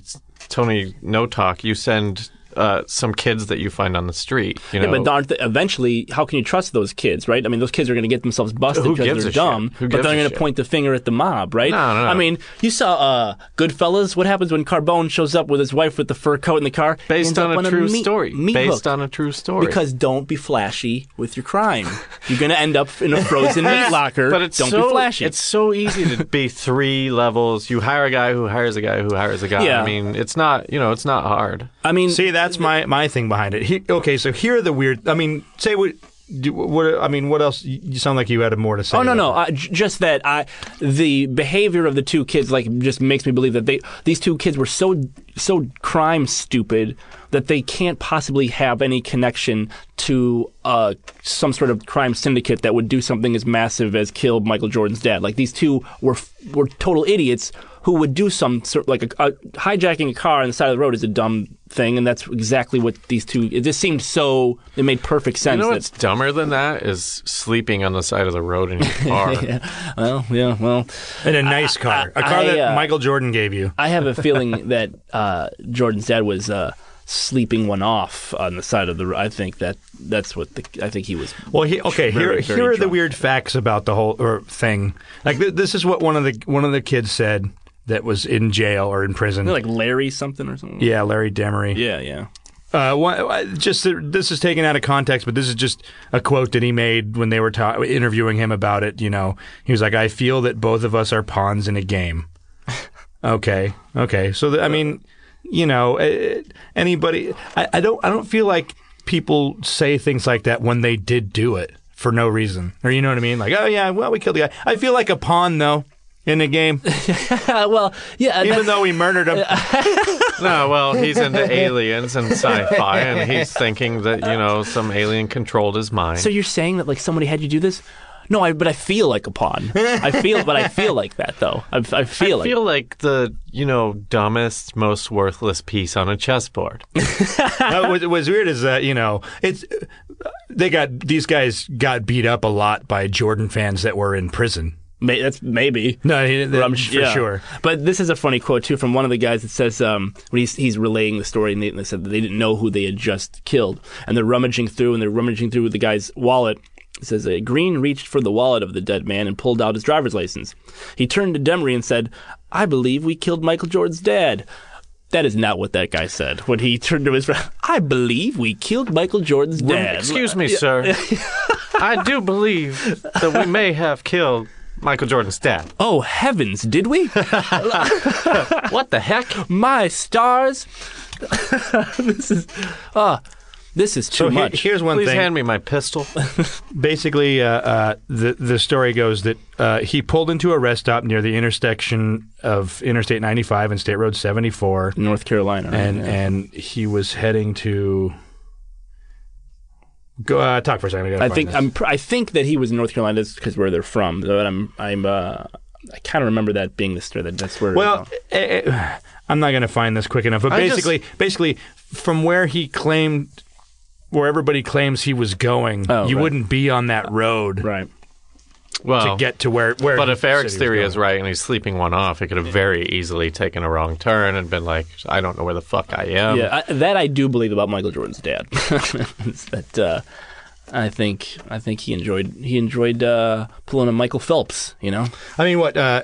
Speaker 1: Tony No Talk. You send uh, some kids that you find on the street. You know,
Speaker 2: Yeah, but aren't they- eventually, how can you trust those kids, right? I mean, those kids are going to get themselves busted
Speaker 1: Who
Speaker 2: because
Speaker 1: gives
Speaker 2: they're
Speaker 1: a
Speaker 2: dumb,
Speaker 1: shit? Who
Speaker 2: but
Speaker 1: gives
Speaker 2: they're
Speaker 1: a
Speaker 2: going to
Speaker 1: shit?
Speaker 2: point the finger at the mob, right?
Speaker 1: No, no, no.
Speaker 2: I mean, you saw uh, Goodfellas. What happens when Carbone shows up with his wife with the fur coat in the car? He
Speaker 1: based
Speaker 2: ends
Speaker 1: on
Speaker 2: up
Speaker 1: a true
Speaker 2: meat-
Speaker 1: story.
Speaker 2: meat
Speaker 1: based
Speaker 2: hook.
Speaker 1: on a true story.
Speaker 2: Because don't be flashy with your crime. You're going to end up in a frozen meat locker.
Speaker 1: But it's
Speaker 2: don't
Speaker 1: so
Speaker 2: be flashy.
Speaker 1: it's so easy to be three levels. You hire a guy who hires a guy who hires a guy.
Speaker 2: Yeah.
Speaker 1: I mean, it's not you know, it's not hard.
Speaker 2: I mean,
Speaker 3: See, that's my my thing behind it. He, okay, so here are the weird. I mean, say what. Do, what I mean, what else? You you sound like you had more to say.
Speaker 2: Oh no
Speaker 3: about
Speaker 2: no! Uh, j- just that I, the behavior of the two kids like just makes me believe that they these two kids were so so crime stupid that they can't possibly have any connection to uh, some sort of crime syndicate that would do something as massive as kill Michael Jordan's dad. Like these two were f- were total idiots who would do some sort like a, a, hijacking a car on the side of the road is a dumb thing, and that's exactly what these two. It just seemed so. It made perfect sense.
Speaker 1: You know
Speaker 2: that-
Speaker 1: what's dumber than that is sleeping on the side of the road in your car.
Speaker 2: well, yeah, well.
Speaker 3: In a nice car, a car
Speaker 2: I,
Speaker 3: that
Speaker 2: uh,
Speaker 3: Michael Jordan gave you.
Speaker 2: I have a feeling that uh, Jordan's dad was uh, sleeping one off on the side of the. I think that that's what the. I think he was.
Speaker 3: Well, he, okay. here,
Speaker 2: Very, very
Speaker 3: here are the
Speaker 2: drunk.
Speaker 3: weird facts about the whole or thing. Like th- this is what one of the one of the kids said that was in jail or in prison.
Speaker 2: Like Larry something or something.
Speaker 3: yeah, Larry Demery.
Speaker 2: yeah, yeah.
Speaker 3: Uh, one, I- just that this is taken out of context, but this is just a quote that he made when they were ta- interviewing him about it. You know, he was like, "I feel that both of us are pawns in a game." okay, okay. So th- I mean, you know, eh, anybody, I, I don't, I don't feel like people say things like that when they did do it for no reason, or you know what I mean? Like, oh yeah, well we killed the guy. I feel like a pawn though in the game,
Speaker 2: Uh, well, yeah.
Speaker 3: even though we murdered him.
Speaker 1: no, well, he's into aliens and sci-fi, and he's thinking that you know some alien controlled his mind.
Speaker 2: so you're saying that like somebody had you do this? No, I, but I feel like a pawn. I feel, but I feel like that though. I, I
Speaker 1: I
Speaker 2: feel like.
Speaker 1: feel like the you know dumbest, most worthless piece on a chessboard.
Speaker 3: Uh, what, what's weird is that you know it's they got these guys got beat up a lot by Jordan fans that were in prison.
Speaker 2: may, that's maybe.
Speaker 3: No, he- that-
Speaker 2: I'm
Speaker 3: for
Speaker 2: sh- yeah.
Speaker 3: sure.
Speaker 2: But this is a funny quote too from one of the guys that says um, when he's he's relaying the story and they, they said that they didn't know who they had just killed and they're rummaging through and they're rummaging through the guy's wallet. It says uh, Green reached for the wallet of the dead man and pulled out his driver's license. He turned to Demery and said, "I believe we killed Michael Jordan's dad." That is not what that guy said when he turned to his friend. I believe we killed Michael Jordan's dad.
Speaker 1: Excuse me, sir. I do believe that we may have killed Michael Jordan's dad.
Speaker 2: Oh heavens, did we?
Speaker 1: What the heck?
Speaker 2: My stars. this is ah This is too
Speaker 3: So he-
Speaker 2: much.
Speaker 3: here's one
Speaker 1: Please
Speaker 3: thing.
Speaker 1: hand me my pistol.
Speaker 3: basically, uh, uh, the the story goes that uh, he pulled into a rest stop near the intersection of Interstate 95 and State Road 74,
Speaker 2: North Carolina. right?
Speaker 3: and
Speaker 2: Yeah.
Speaker 3: and he was heading to. Go uh, talk for a second. I, gotta
Speaker 2: I
Speaker 3: find
Speaker 2: think
Speaker 3: this.
Speaker 2: I'm. pr- I think that he was in North Carolina because where they're from. But I'm. I'm. Uh, I kind of remember that being the story. That that's where.
Speaker 3: Well, eh, eh, I'm not going to find this quick enough. But
Speaker 1: I just-
Speaker 3: basically, basically, from where he claimed, where everybody claims he was going,
Speaker 2: Oh,
Speaker 3: you
Speaker 2: right.
Speaker 3: wouldn't be on that road
Speaker 2: right.
Speaker 3: to
Speaker 1: Well,
Speaker 3: get to where. where
Speaker 1: Oh. but
Speaker 3: he
Speaker 1: if Eric's
Speaker 3: said he was
Speaker 1: theory
Speaker 3: going.
Speaker 1: is right and he's sleeping one off, he could have very easily taken a wrong turn and been like, I don't know where the fuck I am.
Speaker 2: yeah, I, that I do believe about Michael Jordan's dad. Is that uh, I think. I think he enjoyed. He enjoyed uh, pulling a Michael Phelps. You know.
Speaker 3: I mean, what? Uh,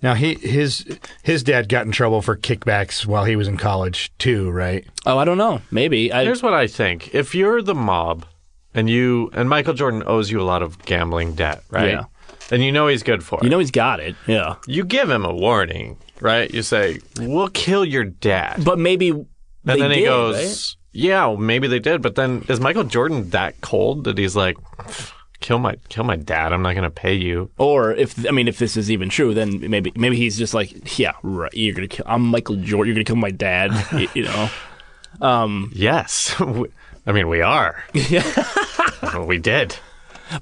Speaker 3: now he his his dad got in trouble for kickbacks while he was in college too, right?
Speaker 2: Oh, I don't know. Maybe I.
Speaker 1: Here's what I think. If you're the mob and you and Michael Jordan owes you a lot of gambling debt, right?
Speaker 2: Yeah.
Speaker 1: And you know he's good for it.
Speaker 2: you know he's got it. Yeah.
Speaker 1: you give him a warning, right? You say, "We'll kill your dad,"
Speaker 2: But maybe. And
Speaker 1: and then he goes, "Yeah, well, maybe they did." But then is Michael Jordan that cold that he's like, "Kill my, kill my dad. I'm not going to pay you."
Speaker 2: Or if I mean, if this is even true, then maybe maybe he's just like, yeah, right. You're gonna kill. I'm Michael Jordan. You're gonna kill my dad. y- you know. Um,
Speaker 1: Yes, We- I mean we are. we did.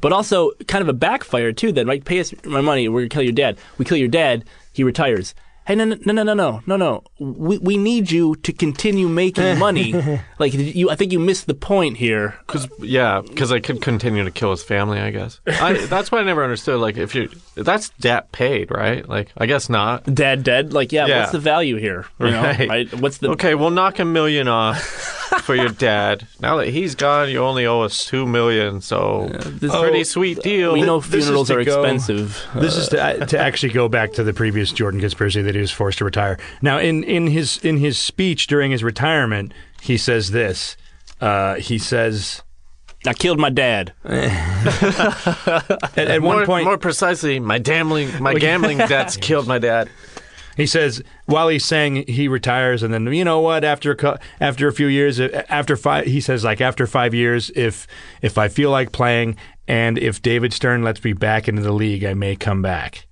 Speaker 2: But also kind of a backfire too. Then right, pay us my money. We're gonna kill your dad. We kill your dad. He retires. Hey, no, no, no, no, no, no, no, no. We we need you to continue making money. like you, I think you missed the point here.
Speaker 1: Cause yeah, because I could continue to kill his family. I guess I, that's what I never understood. Like if you, that's debt paid, right? Like I guess not.
Speaker 2: Dad, dead. Like, yeah,
Speaker 1: Yeah.
Speaker 2: what's the value here? You know,
Speaker 1: Right.
Speaker 2: What's the
Speaker 1: Okay, we'll knock a million off for your dad. Now that he's gone, you only owe us two million. So pretty sweet deal.
Speaker 2: we know
Speaker 3: This is
Speaker 2: funerals
Speaker 3: to
Speaker 2: are
Speaker 3: go-
Speaker 2: expensive.
Speaker 3: This is to, uh, to actually go back to the previous Jordan conspiracy that he was forced to retire. Now, in in his in his speech during his retirement, he says this. Uh, he says
Speaker 2: I killed my dad.
Speaker 3: at, at
Speaker 1: more,
Speaker 3: one point
Speaker 1: more precisely, my gambling, my gambling debts killed my dad.
Speaker 3: He says while he's saying he retires, and then you know what? After a cou- after a few years, uh, after five, he says like after five years, if if I feel like playing, and if David Stern lets me back into the league, I may come back.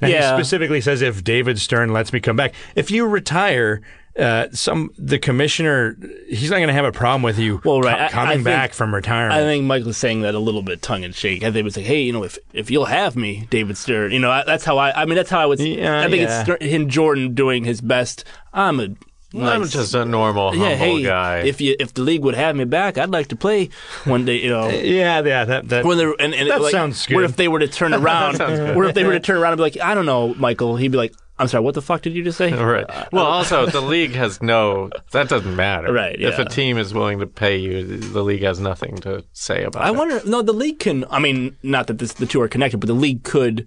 Speaker 3: Now,
Speaker 2: Yeah.
Speaker 3: He specifically says if David Stern lets me come back. If you retire, uh, some the commissioner he's not going to have a problem with you.
Speaker 2: Well, right.
Speaker 3: co-
Speaker 2: I- I
Speaker 3: coming
Speaker 2: think-
Speaker 3: back from retirement.
Speaker 2: I think Michael's saying that a little bit tongue in cheek. I think it was like, hey, you know, if if you'll have me, David Stern, you know, I, that's how I. I mean, that's how I would.
Speaker 3: Yeah,
Speaker 2: I think
Speaker 3: yeah.
Speaker 2: it's Stern, him, Jordan, doing his best. I'm a.
Speaker 1: I'm
Speaker 2: nice-
Speaker 1: just a normal, humble
Speaker 2: yeah, hey,
Speaker 1: guy.
Speaker 2: if you if the league would have me back, I'd like to play one day. You know,
Speaker 3: yeah, yeah. That, that
Speaker 2: when they're and, and
Speaker 3: That
Speaker 2: like,
Speaker 3: sounds
Speaker 2: Or
Speaker 3: good.
Speaker 2: if they were to turn around, or if they were to turn around and be like, I don't know, Michael. He'd be like, I'm sorry, what the fuck did you just say?
Speaker 1: Right. Well, also the league has no. That doesn't matter.
Speaker 2: Right,
Speaker 1: If a
Speaker 2: yeah.
Speaker 1: team is willing to pay you, the league has nothing to say about
Speaker 2: I
Speaker 1: it.
Speaker 2: wonder. No, the league can. I mean, not that this, the two are connected, but the league could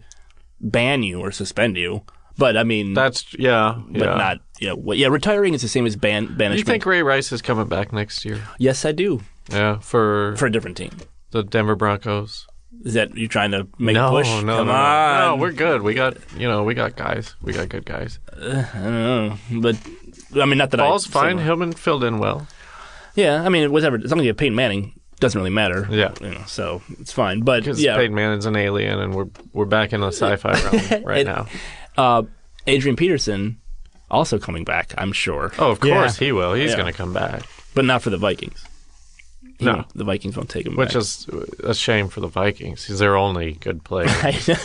Speaker 2: ban you or suspend you. But I mean,
Speaker 1: That's yeah,
Speaker 2: but
Speaker 1: yeah.
Speaker 2: not. Yeah, well, yeah. Retiring is the same as ban
Speaker 1: You
Speaker 2: banishment.
Speaker 1: think Ray Rice is coming back next year?
Speaker 2: yes, I do
Speaker 1: Yeah, for,
Speaker 2: for a different team.
Speaker 1: the Denver Broncos. Oh,
Speaker 2: Is that you trying to make
Speaker 1: no,
Speaker 2: a push?
Speaker 1: no,
Speaker 2: Come
Speaker 1: no, no.
Speaker 2: on.
Speaker 1: No, we're good. We got you know, we got guys. We got good guys.
Speaker 2: I don't know, Uh, but I mean, not that
Speaker 1: Ball's
Speaker 2: I.
Speaker 1: fine. Hillman filled in well.
Speaker 2: Yeah, I mean, whatever. As long as you have Peyton Manning, doesn't really matter.
Speaker 1: Yeah.
Speaker 2: you know, so it's fine. But
Speaker 1: Because
Speaker 2: yeah,
Speaker 1: Peyton Manning's an alien, and we're we're back in the sci-fi realm right
Speaker 2: It-
Speaker 1: now.
Speaker 2: uh, Adrian Peterson also coming back. I'm sure,
Speaker 1: Oh, of
Speaker 3: Yeah.
Speaker 1: course he will. He's
Speaker 2: Yeah.
Speaker 1: going to come back,
Speaker 2: but not for the Vikings. He
Speaker 1: No.
Speaker 2: won't- the Vikings won't take him.
Speaker 1: which
Speaker 2: back.
Speaker 1: is a shame for the Vikings. He's their only good player,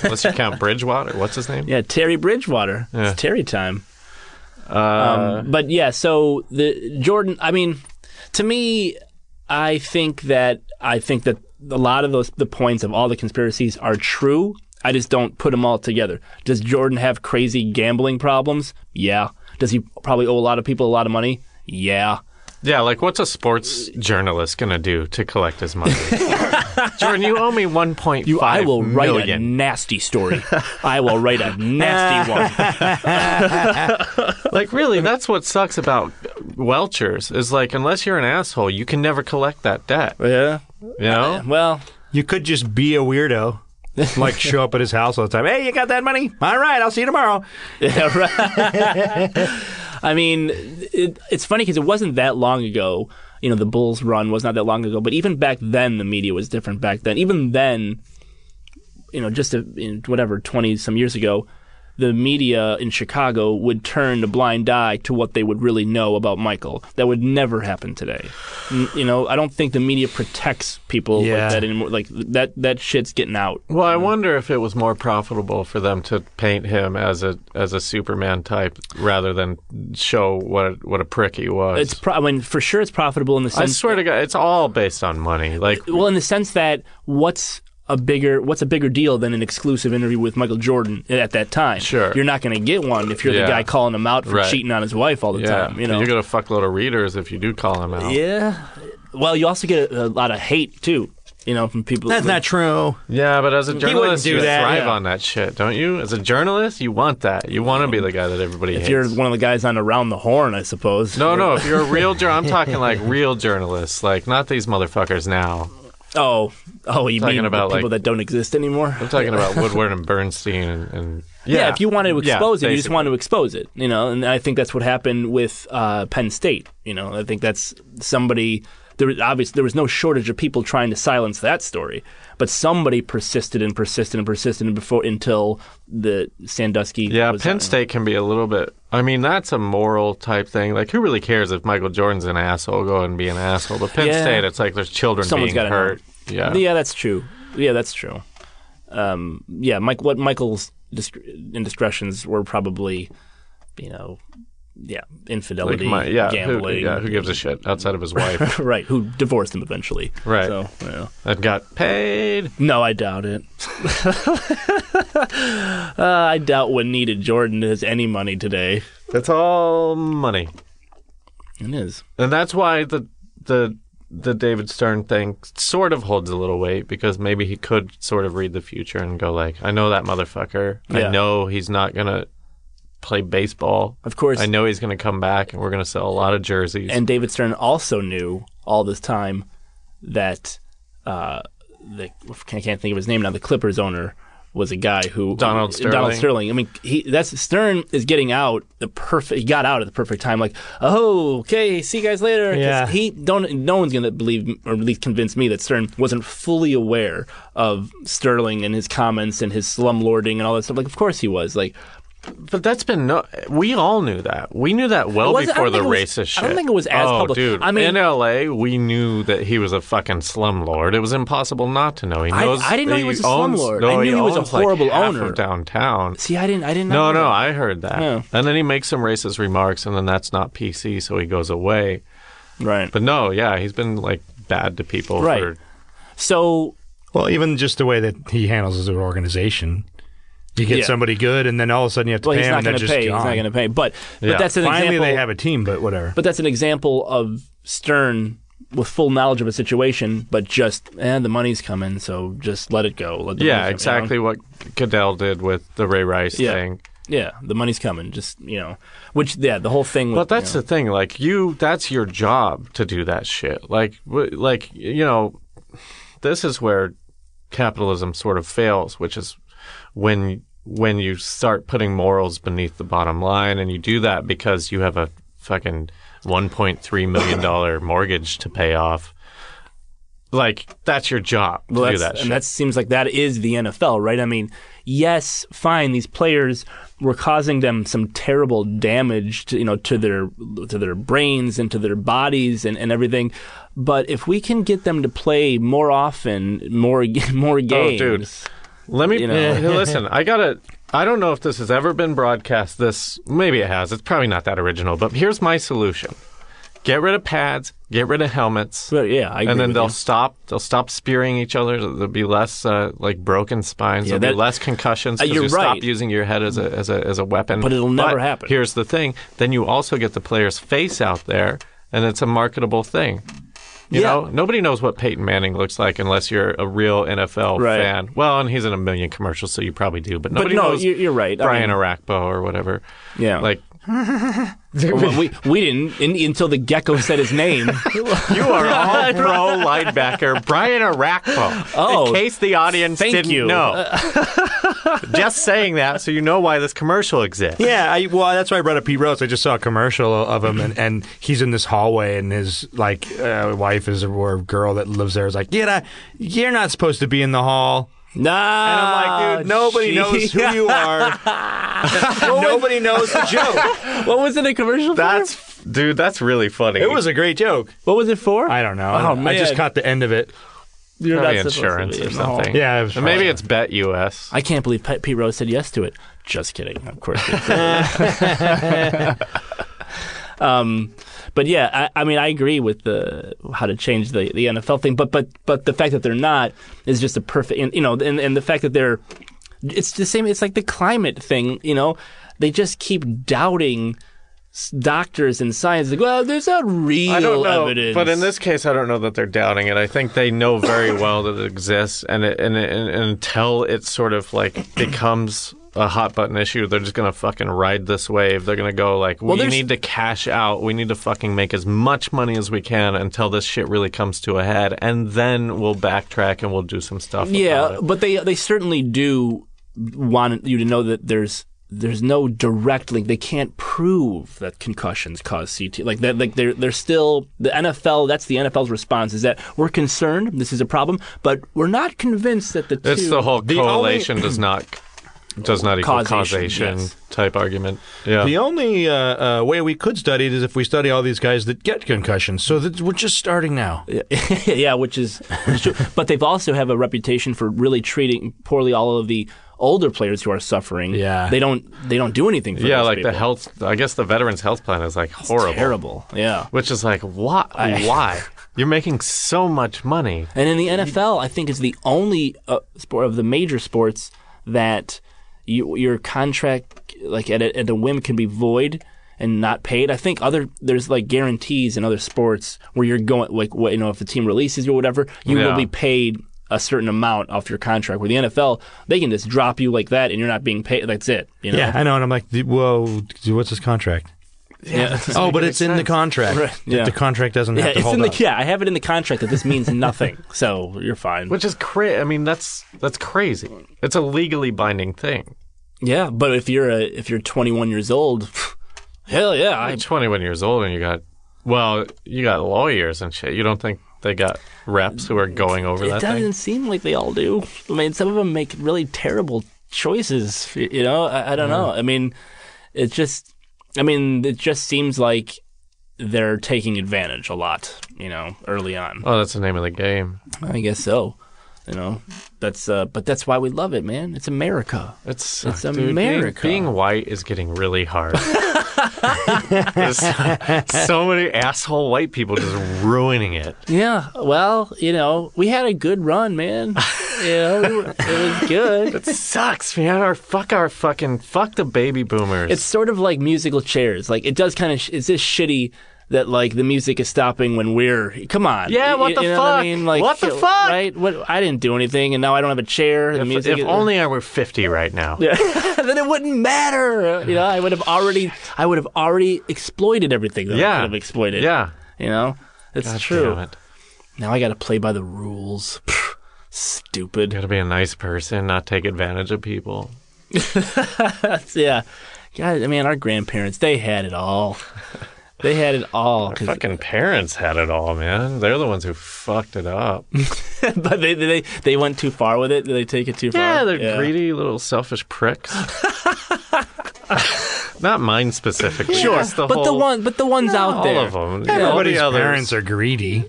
Speaker 1: unless you count Bridgewater. What's his name?
Speaker 2: Yeah, Terry Bridgewater.
Speaker 1: Yeah.
Speaker 2: It's Terry time. Um,
Speaker 1: Uh,
Speaker 2: but yeah, so the Jordan. I mean, to me, I think that I think that a lot of those the points of all the conspiracies are true. I just don't put them all together. Does Jordan have crazy gambling problems? Yeah. Does he probably owe a lot of people a lot of money? Yeah.
Speaker 1: yeah, like what's a sports journalist going to do to collect his money? Jordan, you owe me one point
Speaker 2: You, I
Speaker 1: five
Speaker 2: will write a
Speaker 1: million.
Speaker 2: nasty story. I will write a nasty one.
Speaker 1: Like really, that's what sucks about Welchers is like unless you're an asshole, you can never collect that debt.
Speaker 2: Yeah.
Speaker 1: You know.
Speaker 2: Well,
Speaker 3: You could just be a weirdo. like show up at his house all the time. Hey, you got that money? All right, I'll see you tomorrow.
Speaker 2: Yeah, right. I mean, it, it's funny because it wasn't that long ago. you know the Bulls run was not that long ago. But even back then, the media was different. Back then, even then, you know, just a, in whatever twenty some years ago, the media in Chicago would turn a blind eye to what they would really know about Michael. That would never happen today. N- you know, I don't think the media protects people
Speaker 3: Yeah.
Speaker 2: like that anymore. Like that that shit's getting out.
Speaker 1: Well, I wonder if it was more profitable for them to paint him as a as a Superman type rather than show what a, what a prick he was.
Speaker 2: It's pro- I mean, for sure it's profitable in the
Speaker 1: I
Speaker 2: sense.
Speaker 1: swear to God, it's all based on money. Like
Speaker 2: well in the sense that what's a bigger what's a bigger deal than an exclusive interview with Michael Jordan at that time?
Speaker 1: Sure.
Speaker 2: you're not going to get one if you're
Speaker 1: Yeah.
Speaker 2: the guy calling him out for
Speaker 1: Right.
Speaker 2: cheating on his wife all the
Speaker 1: yeah,
Speaker 2: time. You know,
Speaker 1: you're gonna fuck a lot of readers if you do call him out.
Speaker 2: yeah. Well, you also get a, a lot of hate too. You know, from people.
Speaker 3: That's not true.
Speaker 1: Yeah, but as a journalist,
Speaker 3: do
Speaker 1: you
Speaker 3: that,
Speaker 1: thrive
Speaker 2: yeah.
Speaker 1: on that shit, don't you? As a journalist, you want that. You want to be the guy that everybody
Speaker 2: If
Speaker 1: hates.
Speaker 2: you're one of the guys on around the horn, I suppose.
Speaker 1: no, no. If you're a real journalist, I'm talking like real journalists, like not these motherfuckers now.
Speaker 2: Oh, oh, you
Speaker 1: Talking
Speaker 2: mean
Speaker 1: about,
Speaker 2: the people
Speaker 1: like-
Speaker 2: that don't exist anymore?
Speaker 1: I'm talking about Woodward and Bernstein and, and yeah.
Speaker 2: if you wanted to
Speaker 1: Yeah,
Speaker 2: expose it, you just
Speaker 1: basically.
Speaker 2: wanted to expose it, you know. And I think that's what happened with uh, Penn State. You know, I think that's somebody. There was obviously there was no shortage of people trying to silence that story, but somebody persisted and persisted and persisted and before until the Sandusky.
Speaker 1: Yeah,
Speaker 2: was
Speaker 1: Penn
Speaker 2: on.
Speaker 1: State can be a little bit. I mean, that's a moral type thing. Like, who really cares if Michael Jordan's an asshole? Go and be an asshole. But Penn
Speaker 2: Yeah.
Speaker 1: State, it's like there's children
Speaker 2: Someone's
Speaker 1: being
Speaker 2: gotta know.
Speaker 1: hurt. Yeah.
Speaker 2: Yeah, that's true. Yeah, that's true. Um, yeah, Mike. What Michael's dis- indiscretions were probably, you know, yeah,
Speaker 1: like
Speaker 2: infidelity,
Speaker 1: my, yeah, who,
Speaker 2: gambling.
Speaker 1: yeah, who gives a shit outside of his wife
Speaker 2: right, who divorced him eventually.
Speaker 1: Right.
Speaker 2: So, yeah.
Speaker 1: that got paid?
Speaker 2: No, I doubt it. uh, I doubt Juanita Jordan has any money today.
Speaker 1: That's all money,
Speaker 2: It is.
Speaker 1: and that's why the the the David Stern thing sort of holds a little weight because maybe he could sort of read the future and go like, I know that motherfucker. I
Speaker 2: Yeah.
Speaker 1: know he's not gonna play baseball.
Speaker 2: Of course.
Speaker 1: I know he's going to come back, and we're going to sell a lot of jerseys.
Speaker 2: And David Stern also knew all this time that uh, the I can't think of his name now. The Clippers owner was a guy who
Speaker 1: Donald
Speaker 2: who-
Speaker 1: Sterling.
Speaker 2: Donald Sterling. I mean, he, that's Stern is getting out the perfect. He got out at the perfect time. Like, oh, okay, see you guys later. 'Cause
Speaker 3: Yeah.
Speaker 2: He don't. No one's gonna believe or at least convince me that Stern wasn't fully aware of Sterling and his comments and his slumlording and all that stuff. Like, of course he was. Like,
Speaker 1: but that's been no. We all knew that. We knew that well
Speaker 2: It wasn't- I
Speaker 1: before
Speaker 2: don't
Speaker 1: the
Speaker 2: think it was-
Speaker 1: racist shit.
Speaker 2: I don't think it was as
Speaker 1: oh,
Speaker 2: public.
Speaker 1: dude.
Speaker 2: I mean-
Speaker 1: in L.A., we knew that he was a fucking slumlord. It was impossible not to know. He
Speaker 2: I-
Speaker 1: knows.
Speaker 2: I didn't know he was a
Speaker 1: owns-
Speaker 2: slumlord.
Speaker 1: No,
Speaker 2: I knew he was a
Speaker 1: owns, like,
Speaker 2: horrible
Speaker 1: half
Speaker 2: owner.
Speaker 1: of downtown.
Speaker 2: see, I didn't. I didn't.
Speaker 1: No,
Speaker 2: know
Speaker 1: no,
Speaker 2: that.
Speaker 1: I heard that.
Speaker 2: Yeah.
Speaker 1: And then he makes some racist remarks, and then that's not PC, so he goes away.
Speaker 2: right.
Speaker 1: But no, yeah, he's been like bad to people.
Speaker 2: Right.
Speaker 1: For,
Speaker 2: so
Speaker 3: Well, even just the way that he handles his organization, you get
Speaker 2: Yeah.
Speaker 3: somebody good, and then all of a sudden you have to
Speaker 2: well,
Speaker 3: pay
Speaker 2: he's
Speaker 3: him,
Speaker 2: not
Speaker 3: and they're
Speaker 2: going to
Speaker 3: just
Speaker 2: pay.
Speaker 3: gone.
Speaker 2: He's not going to pay. But
Speaker 1: Yeah.
Speaker 2: but that's an
Speaker 3: Finally,
Speaker 2: example.
Speaker 3: they have a team, but whatever.
Speaker 2: but that's an example of Stern with full knowledge of a situation, but just and the money's coming, so just let it go. Let the
Speaker 1: yeah,
Speaker 2: money come,
Speaker 1: exactly
Speaker 2: you know?
Speaker 1: what Goodell did with the Ray Rice
Speaker 2: Yeah.
Speaker 1: thing.
Speaker 2: Yeah, the money's coming. Just you know, which yeah, the whole thing. With,
Speaker 1: But that's
Speaker 2: you know,
Speaker 1: the thing. Like you, that's your job to do that shit. Like, w- like you know, this is where capitalism sort of fails, which is when when you start putting morals beneath the bottom line, and you do that because you have a fucking one point three million dollar mortgage to pay off. Like that's your job to
Speaker 2: well,
Speaker 1: do
Speaker 2: that's-
Speaker 1: that shit.
Speaker 2: and that seems like that is the NFL, right? I mean, yes, fine, these players were causing them some terrible damage, to, you know, to their to their brains and to their bodies and, and everything. But if we can get them to play more often, more more games,
Speaker 1: Oh, dude. Let me
Speaker 2: you know.
Speaker 1: Hey, listen. I gotta. I don't know if this has ever been broadcast. This maybe it has. It's probably not that original. But here's my solution: get rid of pads, get rid of helmets,
Speaker 2: But yeah, I agree
Speaker 1: and then
Speaker 2: with
Speaker 1: they'll
Speaker 2: you.
Speaker 1: stop. They'll stop spearing each other. There'll be less uh, like broken spines.
Speaker 2: Yeah,
Speaker 1: there'll
Speaker 2: that-
Speaker 1: be less concussions.
Speaker 2: Uh,
Speaker 1: 'cause
Speaker 2: you're
Speaker 1: you
Speaker 2: right.
Speaker 1: Stop using your head as a as a as a weapon.
Speaker 2: But it'll never happen.
Speaker 1: Here's the thing: then you also get the player's face out there, and it's a marketable thing. You
Speaker 2: Yeah.
Speaker 1: know, nobody knows what Peyton Manning looks like unless you're a real NFL
Speaker 2: Right.
Speaker 1: fan. Well, and he's in a million commercials, so you probably do. But nobody
Speaker 2: no,
Speaker 1: knows.
Speaker 2: you- you're right. I
Speaker 1: Brian
Speaker 2: mean-
Speaker 1: Arakpo or whatever.
Speaker 2: Yeah.
Speaker 1: Like,
Speaker 2: Well, we, we didn't in, until the gecko said his name.
Speaker 1: You are all pro linebacker Brian Arakpo.
Speaker 2: Oh,
Speaker 1: in case the audience
Speaker 2: thank
Speaker 1: didn't
Speaker 2: you.
Speaker 1: know. Just saying that so you know why this commercial exists.
Speaker 3: Yeah, I, well, that's why I brought up Pete Rose. I just saw a commercial of him, and, and he's in this hallway, and his like uh, wife is or girl that lives there is like, yeah, you're not supposed to be in the hall.
Speaker 2: nah.
Speaker 3: And I'm like, dude,
Speaker 2: Ah,
Speaker 3: nobody knows who you are. nobody knows the joke.
Speaker 2: What was it a commercial for?
Speaker 1: That's dude, that's really funny.
Speaker 3: It was a great joke.
Speaker 2: What was it for?
Speaker 3: I don't know.
Speaker 2: Oh,
Speaker 3: I just
Speaker 2: man.
Speaker 3: caught the end of it.
Speaker 2: You're
Speaker 1: probably
Speaker 2: not supposed to
Speaker 1: insurance
Speaker 2: be
Speaker 1: or
Speaker 2: in the hall.
Speaker 1: something.
Speaker 3: Yeah, it was
Speaker 1: Or maybe
Speaker 3: fine.
Speaker 1: it's Bet US.
Speaker 2: I can't believe Pet Pete Rose said yes to it. Just kidding, of course. he didn't. um, but yeah, I, I mean, I agree with the how to change the, the NFL thing, but but but the fact that they're not is just a perfect, and, you know, and and the fact that they're, it's the same. It's like the climate thing, you know, they just keep doubting s- doctors and science. Like, well, there's not real
Speaker 1: I don't know,
Speaker 2: evidence,
Speaker 1: but in this case, I don't know that they're doubting it. I think they know very well that it exists, and it, and, it, and until it sort of like becomes a hot button issue, they're just gonna fucking ride this wave. They're gonna go like, we
Speaker 2: there's-
Speaker 1: need to cash out. We need to fucking make as much money as we can until this shit really comes to a head, and then we'll backtrack and we'll do some stuff. about
Speaker 2: Yeah,
Speaker 1: it.
Speaker 2: but they they certainly do want you to know that there's there's no direct link. They can't prove that concussions cause CT. Like that, like they're they're still the NFL. That's the NFL's response is that we're concerned. This is a problem, but we're not convinced that the
Speaker 1: it's
Speaker 2: two.
Speaker 1: the whole
Speaker 3: only-
Speaker 1: correlation does not does not equal
Speaker 2: Causation,
Speaker 1: causation,
Speaker 2: yes.
Speaker 1: type argument. Yeah.
Speaker 3: The only uh, uh, way we could study it is if we study all these guys that get concussions. So that we're just starting now.
Speaker 2: yeah, which is, which is true. but they've also have a reputation for really treating poorly all of the older players who are suffering.
Speaker 3: Yeah.
Speaker 2: they don't they don't do anything for
Speaker 1: yeah,
Speaker 2: those
Speaker 1: like
Speaker 2: people.
Speaker 1: the health. I guess the veterans' health plan is like horrible.
Speaker 2: terrible. Yeah,
Speaker 1: Which is like, why? why? You're making so much money.
Speaker 2: And in the NFL, I think is the only uh, sport of the major sports that you, your contract, like at a, at a whim, can be void and not paid. I think other there's like guarantees in other sports where you're going like what you know if the team releases you or whatever, you
Speaker 1: Yeah.
Speaker 2: will be paid a certain amount off your contract. Where the NFL, they can just drop you like that and you're not being paid. That's it. You know?
Speaker 3: Yeah, I know. And I'm like, whoa, what's his contract?
Speaker 2: yeah.
Speaker 3: Oh, but it's in the contract.
Speaker 2: Right, yeah.
Speaker 3: The contract doesn't
Speaker 2: Yeah,
Speaker 3: have to
Speaker 2: it's
Speaker 3: hold
Speaker 2: in the
Speaker 3: up.
Speaker 2: yeah. I have it in the contract that this means nothing, so you're fine.
Speaker 1: Which is crazy. I mean, that's that's crazy. It's a legally binding thing.
Speaker 2: Yeah, but if you're a, if you're 21 years old, hell yeah,
Speaker 1: I'm
Speaker 2: I,
Speaker 1: 21 years old, and you got well, you got lawyers and shit. You don't think they got reps who are going over
Speaker 2: it
Speaker 1: that
Speaker 2: doesn't
Speaker 1: thing?
Speaker 2: seem like they all do. I mean, some of them make really terrible choices. y- You know, I, I don't know. I mean, it just, I mean, it just seems like they're taking advantage a lot. You know, early on.
Speaker 1: Oh, that's the name of the game.
Speaker 2: I guess so. You know, that's uh, but that's why we love it, man. It's America.
Speaker 1: It's uh,
Speaker 2: It's
Speaker 1: dude, being-
Speaker 2: America.
Speaker 1: Being, white is getting really hard. There's so many asshole white people just ruining it.
Speaker 2: Yeah. Well, you know, we had a good run, man. you know, we were- it was good.
Speaker 1: It sucks, man. Our fuck our fucking fuck the baby boomers.
Speaker 2: It's sort of like musical chairs. Like it does kind of. Sh- it's just shitty that like the music is stopping when we're. Come on.
Speaker 1: Yeah,
Speaker 2: Y-
Speaker 1: what
Speaker 2: you,
Speaker 1: the
Speaker 2: know What, I
Speaker 1: fuck?
Speaker 2: mean? like,
Speaker 1: What the
Speaker 2: y-
Speaker 1: fuck?
Speaker 2: Right. What I didn't do anything, and now I don't have a chair. The
Speaker 1: If-
Speaker 2: music.
Speaker 1: if
Speaker 2: is-
Speaker 1: only I were 50 right now.
Speaker 2: Yeah. then it wouldn't matter. You know, I would have already. I would have already exploited everything that I
Speaker 1: Yeah.
Speaker 2: could have exploited.
Speaker 1: Yeah.
Speaker 2: You know, it's
Speaker 1: God
Speaker 2: true.
Speaker 1: damn it.
Speaker 2: Now I got to play by the rules. Pfft, Stupid.
Speaker 1: You gotta be a nice person, not take advantage of people.
Speaker 2: Yeah. God, I mean, our grandparents, they had it all. They had it all. 'cause-
Speaker 1: Fucking parents had it all, man. They're the ones who fucked it up.
Speaker 2: but they, they they went too far with it. Did they take it too far?
Speaker 1: Yeah, they're greedy little selfish pricks. not mine specifically. Sure, the
Speaker 2: but the
Speaker 1: whole-
Speaker 2: one, but the ones out
Speaker 1: all
Speaker 2: there.
Speaker 1: of them.
Speaker 3: Everybody's
Speaker 1: all the others.
Speaker 3: parents are greedy.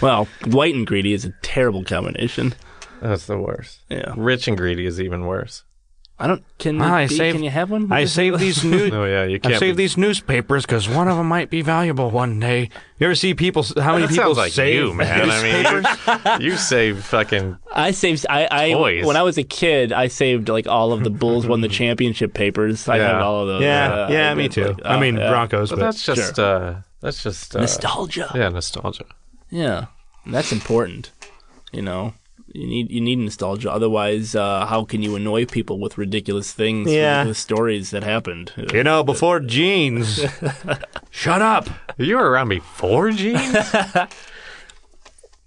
Speaker 2: Well, white and greedy is a terrible combination.
Speaker 1: That's the worst.
Speaker 2: Yeah.
Speaker 1: Rich and greedy is even worse.
Speaker 2: I don't. Can
Speaker 3: Ah, I
Speaker 2: it be-
Speaker 3: saved-
Speaker 2: can you have one?
Speaker 3: I saved these new.
Speaker 1: Oh yeah, you
Speaker 3: I
Speaker 1: can't.
Speaker 3: saved
Speaker 1: be-
Speaker 3: these newspapers because one of them might be valuable one day. You ever see people? How many
Speaker 1: That
Speaker 3: people
Speaker 1: sounds like
Speaker 3: save
Speaker 1: you, man. I mean, you, you save fucking
Speaker 2: I saved. I, I
Speaker 1: Toys.
Speaker 2: when I was a kid, I saved like all of the Bulls won the championship papers. I
Speaker 1: Yeah.
Speaker 2: had all of those.
Speaker 3: Yeah, yeah,
Speaker 2: I
Speaker 3: me
Speaker 2: did,
Speaker 3: too.
Speaker 2: like,
Speaker 3: I
Speaker 2: uh,
Speaker 3: mean
Speaker 2: yeah.
Speaker 3: Broncos,
Speaker 1: But
Speaker 3: but
Speaker 1: that's just uh, that's just uh,
Speaker 2: nostalgia.
Speaker 1: Yeah, nostalgia.
Speaker 2: Yeah, that's important. You know, You need you need nostalgia. Otherwise, uh, how can you annoy people with ridiculous things,
Speaker 3: Yeah.
Speaker 2: ridiculous stories that happened?
Speaker 3: You know, before jeans. Shut up.
Speaker 1: You were around before, Gene? Uh,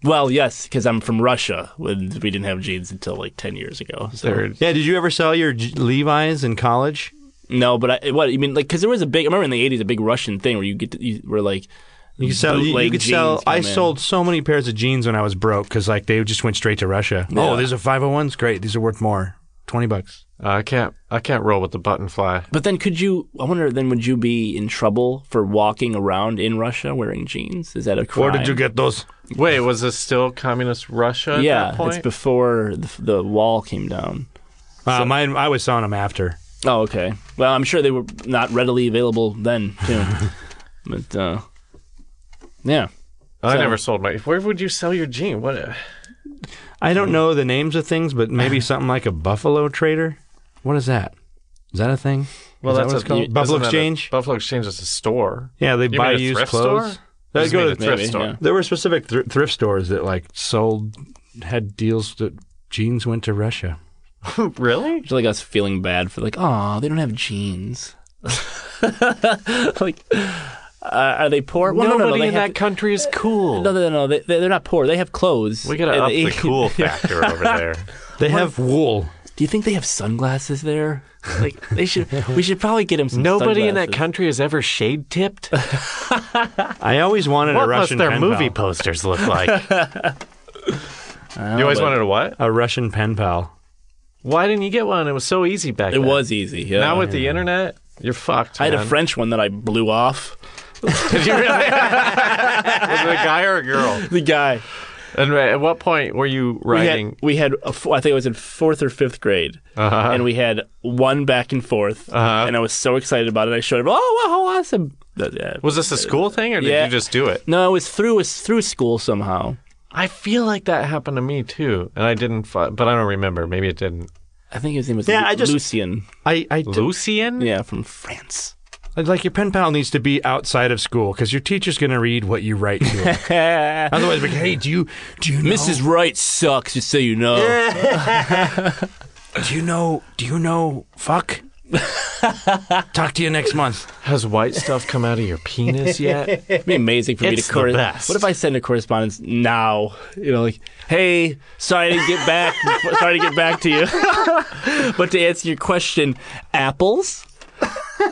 Speaker 2: Well, yes, because I'm from Russia, when we didn't have jeans until like ten years ago. So.
Speaker 1: Third.
Speaker 3: Yeah, did you ever sell your j- Levi's in college?
Speaker 2: No, but I, what you mean, like, because there was a big. I remember in the '80s, a big Russian thing where you get to, you were like,
Speaker 3: You could sell. You, you
Speaker 2: bootleg
Speaker 3: could sell.
Speaker 2: jeans
Speaker 3: I
Speaker 2: come in.
Speaker 3: sold so many pairs of jeans when I was broke because like they just went straight to Russia. Oh, these are five hundred ones. Great, these are worth more. Twenty bucks.
Speaker 1: I can't. I can't roll with the button fly.
Speaker 2: But then, could you? I wonder. Then, would you be in trouble for walking around in Russia wearing jeans? Is that a crime?
Speaker 3: get those?
Speaker 1: Wait, was this still communist Russia? At
Speaker 2: yeah,
Speaker 1: that point?
Speaker 2: it's before the, the wall came down.
Speaker 3: Uh, mine. I was selling them after.
Speaker 2: Oh, okay. Well, I'm sure they were not readily available then, too. but uh, yeah,
Speaker 1: I never sold my. Where would you sell your jean? What? uh, a-
Speaker 3: I don't know the names of things, but maybe something like a Buffalo Trader. What is that? Is that a thing?
Speaker 1: Well,
Speaker 3: Is that
Speaker 1: that's
Speaker 3: what
Speaker 1: a
Speaker 3: it's called?
Speaker 1: isn't
Speaker 3: Buffalo
Speaker 1: that a-
Speaker 3: Exchange?
Speaker 1: Buffalo Exchange is a store.
Speaker 3: Yeah, they
Speaker 1: You
Speaker 3: buy
Speaker 1: mean a
Speaker 3: used
Speaker 1: thrift
Speaker 3: clothes.
Speaker 1: Store?
Speaker 3: They
Speaker 1: Just
Speaker 3: go
Speaker 1: mean
Speaker 3: to
Speaker 1: a thrift
Speaker 2: maybe,
Speaker 1: store.
Speaker 2: yeah.
Speaker 3: There were specific thr thrift stores that like sold had deals that jeans went to Russia.
Speaker 1: really?
Speaker 2: it's like us feeling bad for like, oh, they don't have jeans. like, uh, are they poor? Well, no, no, no,
Speaker 1: Nobody
Speaker 2: they
Speaker 1: in
Speaker 2: have-
Speaker 1: that country is cool.
Speaker 2: No, no, no, no. They, they're not poor. They have clothes.
Speaker 1: we gotta
Speaker 2: And
Speaker 1: up
Speaker 2: they-
Speaker 1: the cool factor over there.
Speaker 3: They have wool.
Speaker 2: Do you think they have sunglasses there? Like they should. we should probably get them some.
Speaker 1: Nobody in that
Speaker 2: sunglasses.
Speaker 1: country is ever shade tipped. what
Speaker 3: I always wanted a
Speaker 1: must
Speaker 3: Russian
Speaker 1: their
Speaker 3: pen
Speaker 1: movie
Speaker 3: pal.
Speaker 1: posters look like? you always wanted a what?
Speaker 3: a Russian pen pal.
Speaker 1: Why didn't you get one? It was so easy back
Speaker 2: It
Speaker 1: then.
Speaker 2: was easy. Yeah.
Speaker 1: Now with the internet, you're fucked.
Speaker 2: I had a
Speaker 1: man.
Speaker 2: French one that I blew off.
Speaker 1: Did you really? was it a guy or a girl?
Speaker 2: The guy.
Speaker 1: And uh, at what point were you
Speaker 2: We
Speaker 1: writing?
Speaker 2: had, we had a f- I think I was in fourth or fifth grade, and we had one back and forth,
Speaker 1: Uh-huh.
Speaker 2: and I was so excited about it. I showed him, oh, wow, how awesome! That- yeah.
Speaker 1: was this a school thing, or did
Speaker 2: Yeah.
Speaker 1: you just do it?
Speaker 2: no, it was through it was through school somehow.
Speaker 1: I feel like that happened to me too, and I didn't. Fu- but I don't remember. Maybe it didn't.
Speaker 2: I think his name was
Speaker 3: Yeah,
Speaker 2: Lu-
Speaker 3: I just-
Speaker 2: Lucien.
Speaker 3: I, I
Speaker 1: Lucian?
Speaker 2: Yeah, from France.
Speaker 3: I'd like your pen pal needs to be outside of school because your teacher's going to read what you write to him. Otherwise, like, hey, do you do you know,
Speaker 2: Mrs. Wright sucks, just so you know.
Speaker 3: do you know do you know fuck? Talk to you next month.
Speaker 1: Has white stuff come out of your penis yet?
Speaker 2: It'd be amazing for me
Speaker 1: It's the
Speaker 2: to corre-
Speaker 1: best.
Speaker 2: What if I send a correspondence now? You know, like, hey, sorry to get back, sorry to get back to you, but to answer your question, apples.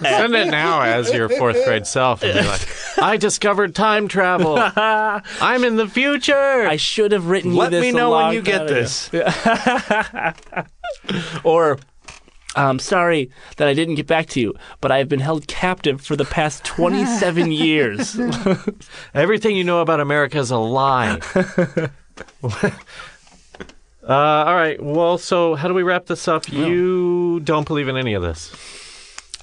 Speaker 1: Send it now as your fourth grade self and be like, I discovered time travel. I'm in the future.
Speaker 2: I should have written you
Speaker 3: Let
Speaker 2: this.
Speaker 3: me
Speaker 2: a
Speaker 3: know when
Speaker 2: long
Speaker 3: you get
Speaker 2: time ago.
Speaker 3: this.
Speaker 2: Or, I'm sorry that I didn't get back to you, but I've been held captive for the past 27 years.
Speaker 1: Everything you know about America is a lie. uh, all right. Well, so how do we wrap this up? You don't believe in any of this.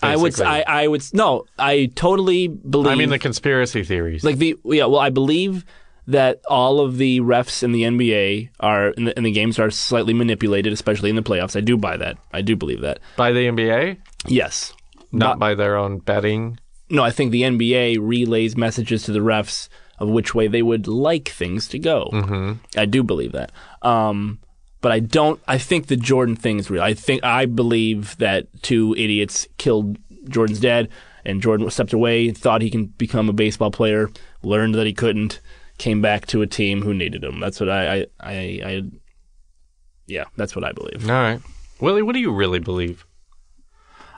Speaker 2: I would,
Speaker 1: basically.
Speaker 2: I, I would, no, I totally believe.
Speaker 1: I mean, the conspiracy theories.
Speaker 2: like the yeah well i believe that all of the refs in the nba are in the, in the games are slightly manipulated especially in the playoffs i do buy that i do believe that
Speaker 1: by the NBA,
Speaker 2: yes
Speaker 1: not by their own betting.
Speaker 2: no i think the nba relays messages to the refs of which way they would like things to go mm-hmm. i do believe that um but I don't. I think the Jordan thing is real. I think I believe that two idiots killed Jordan's dad, and Jordan stepped away, thought he can become a baseball player, learned that he couldn't, came back to a team who needed him. That's what I. I. I, I yeah, that's what I believe.
Speaker 1: All right. Willie, what do you really believe?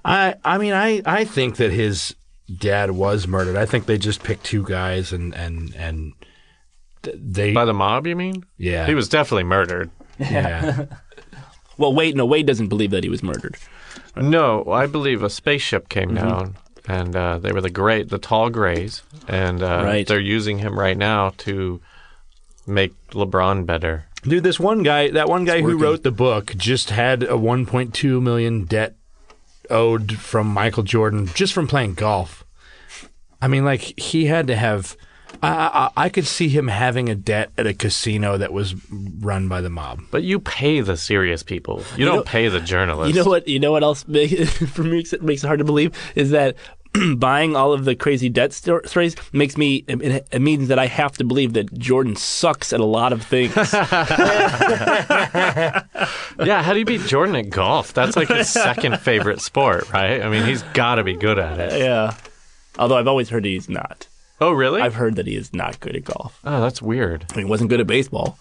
Speaker 3: I I mean I I think that his dad was murdered. I think they just picked two guys and and and th- they
Speaker 1: By the mob, you mean?
Speaker 3: yeah
Speaker 1: He was definitely murdered.
Speaker 3: yeah.
Speaker 2: Well, Wade. No, Wade doesn't believe that he was murdered.
Speaker 1: No, I believe a spaceship came down, and uh, they were the gray, the tall grays, and uh,
Speaker 2: Right.
Speaker 1: they're using him right now to make LeBron better.
Speaker 3: Dude, this one guy, that one guy who wrote the book, just had a 1.2 million debt owed from Michael Jordan just from playing golf. I mean, like he had to have. I, I, I could see him having a debt at a casino that was run by the mob.
Speaker 1: But you pay the serious people. You, don't pay the journalists.
Speaker 2: You know what? You know what else make, for me makes it, makes it hard to believe is that buying all of the crazy debt stor- stories makes me it- it, it means that I have to believe that Jordan sucks at a lot of things.
Speaker 1: Yeah, how do you beat Jordan at golf? That's like his second favorite sport, right? I mean, he's got to be good at it.
Speaker 2: yeah. Although I've always heard he's not.
Speaker 1: Oh, really?
Speaker 2: I've heard that he is not good at golf.
Speaker 1: oh, that's weird.
Speaker 2: He wasn't good at baseball.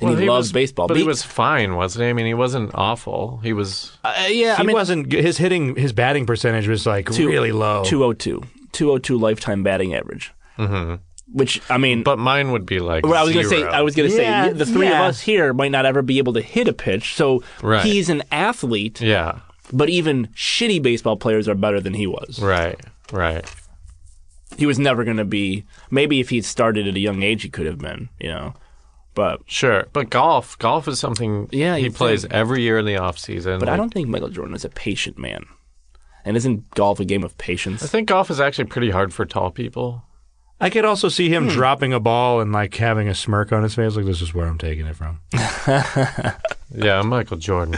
Speaker 2: And
Speaker 1: Well,
Speaker 2: he, loves
Speaker 1: was-
Speaker 2: baseball.
Speaker 1: But he
Speaker 2: Be-
Speaker 1: was fine, wasn't he? I mean, he wasn't awful. He was.
Speaker 2: uh, yeah,
Speaker 3: He
Speaker 2: I mean,
Speaker 3: wasn't g- his hitting his batting percentage was like
Speaker 2: two-
Speaker 3: really low.
Speaker 2: 202. 202 lifetime batting average. Mm-hmm. Which, I mean,
Speaker 1: But mine would be like.
Speaker 2: Well, I was going to say,
Speaker 1: zero.
Speaker 2: I was going to
Speaker 3: Yeah,
Speaker 2: say, the three
Speaker 3: yeah.
Speaker 2: of us here might not ever be able to hit a pitch. So
Speaker 1: Right.
Speaker 2: he's an athlete,
Speaker 1: Yeah.
Speaker 2: but even shitty baseball players are better than he was.
Speaker 1: Right. Right.
Speaker 2: He was never going to be. Maybe if he'd started at a young age, he could have been. You know, but
Speaker 1: Sure. But golf, golf is something.
Speaker 2: Yeah,
Speaker 1: He
Speaker 2: you'd
Speaker 1: plays
Speaker 2: think.
Speaker 1: every year in the off season.
Speaker 2: but I don't think Michael Jordan is a patient man. And isn't golf a game of
Speaker 1: I
Speaker 2: patience?
Speaker 1: think golf is actually pretty hard for tall people.
Speaker 3: I could also see him dropping a ball and like having a smirk on his face, like this is where I'm taking it from.
Speaker 1: Yeah, Michael Jordan.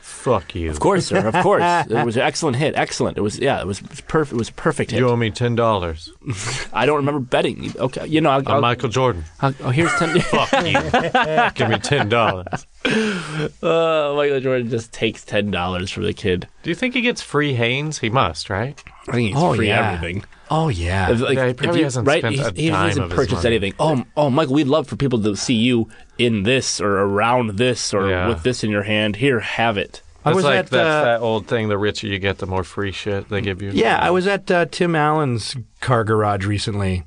Speaker 1: Fuck you.
Speaker 2: Of course, sir. Of course, it was an excellent hit. Excellent. It was yeah. It was perfect. It was a perfect hit.
Speaker 1: You owe me ten dollars.
Speaker 2: I don't remember betting. Okay, you know. I'll,
Speaker 1: I'm
Speaker 2: I'll,
Speaker 1: Michael Jordan.
Speaker 2: I'll- oh, here's ten.
Speaker 1: Give me ten dollars.
Speaker 2: Uh, Michael Jordan just takes ten dollars from the kid.
Speaker 1: Do you think he gets free Haynes? He must, right?
Speaker 2: I think he's
Speaker 3: Oh,
Speaker 2: free
Speaker 3: yeah.
Speaker 2: everything.
Speaker 3: Oh yeah.
Speaker 2: If, like,
Speaker 1: Yeah, he
Speaker 2: if
Speaker 1: probably
Speaker 2: you-
Speaker 1: hasn't
Speaker 2: right,
Speaker 1: spent
Speaker 2: he,
Speaker 1: a
Speaker 2: he
Speaker 1: dime
Speaker 2: hasn't
Speaker 1: of his
Speaker 2: purchased
Speaker 1: money.
Speaker 2: anything. Oh, oh, Michael, we'd love for people to see you in this or around this or
Speaker 1: Yeah.
Speaker 2: with this in your hand. Here, have it.
Speaker 3: I
Speaker 1: That's
Speaker 3: was
Speaker 1: like
Speaker 3: at,
Speaker 1: that's
Speaker 3: uh,
Speaker 1: that old thing. The richer you get, the more free shit they give you.
Speaker 3: yeah, I was at uh, Tim Allen's car garage recently,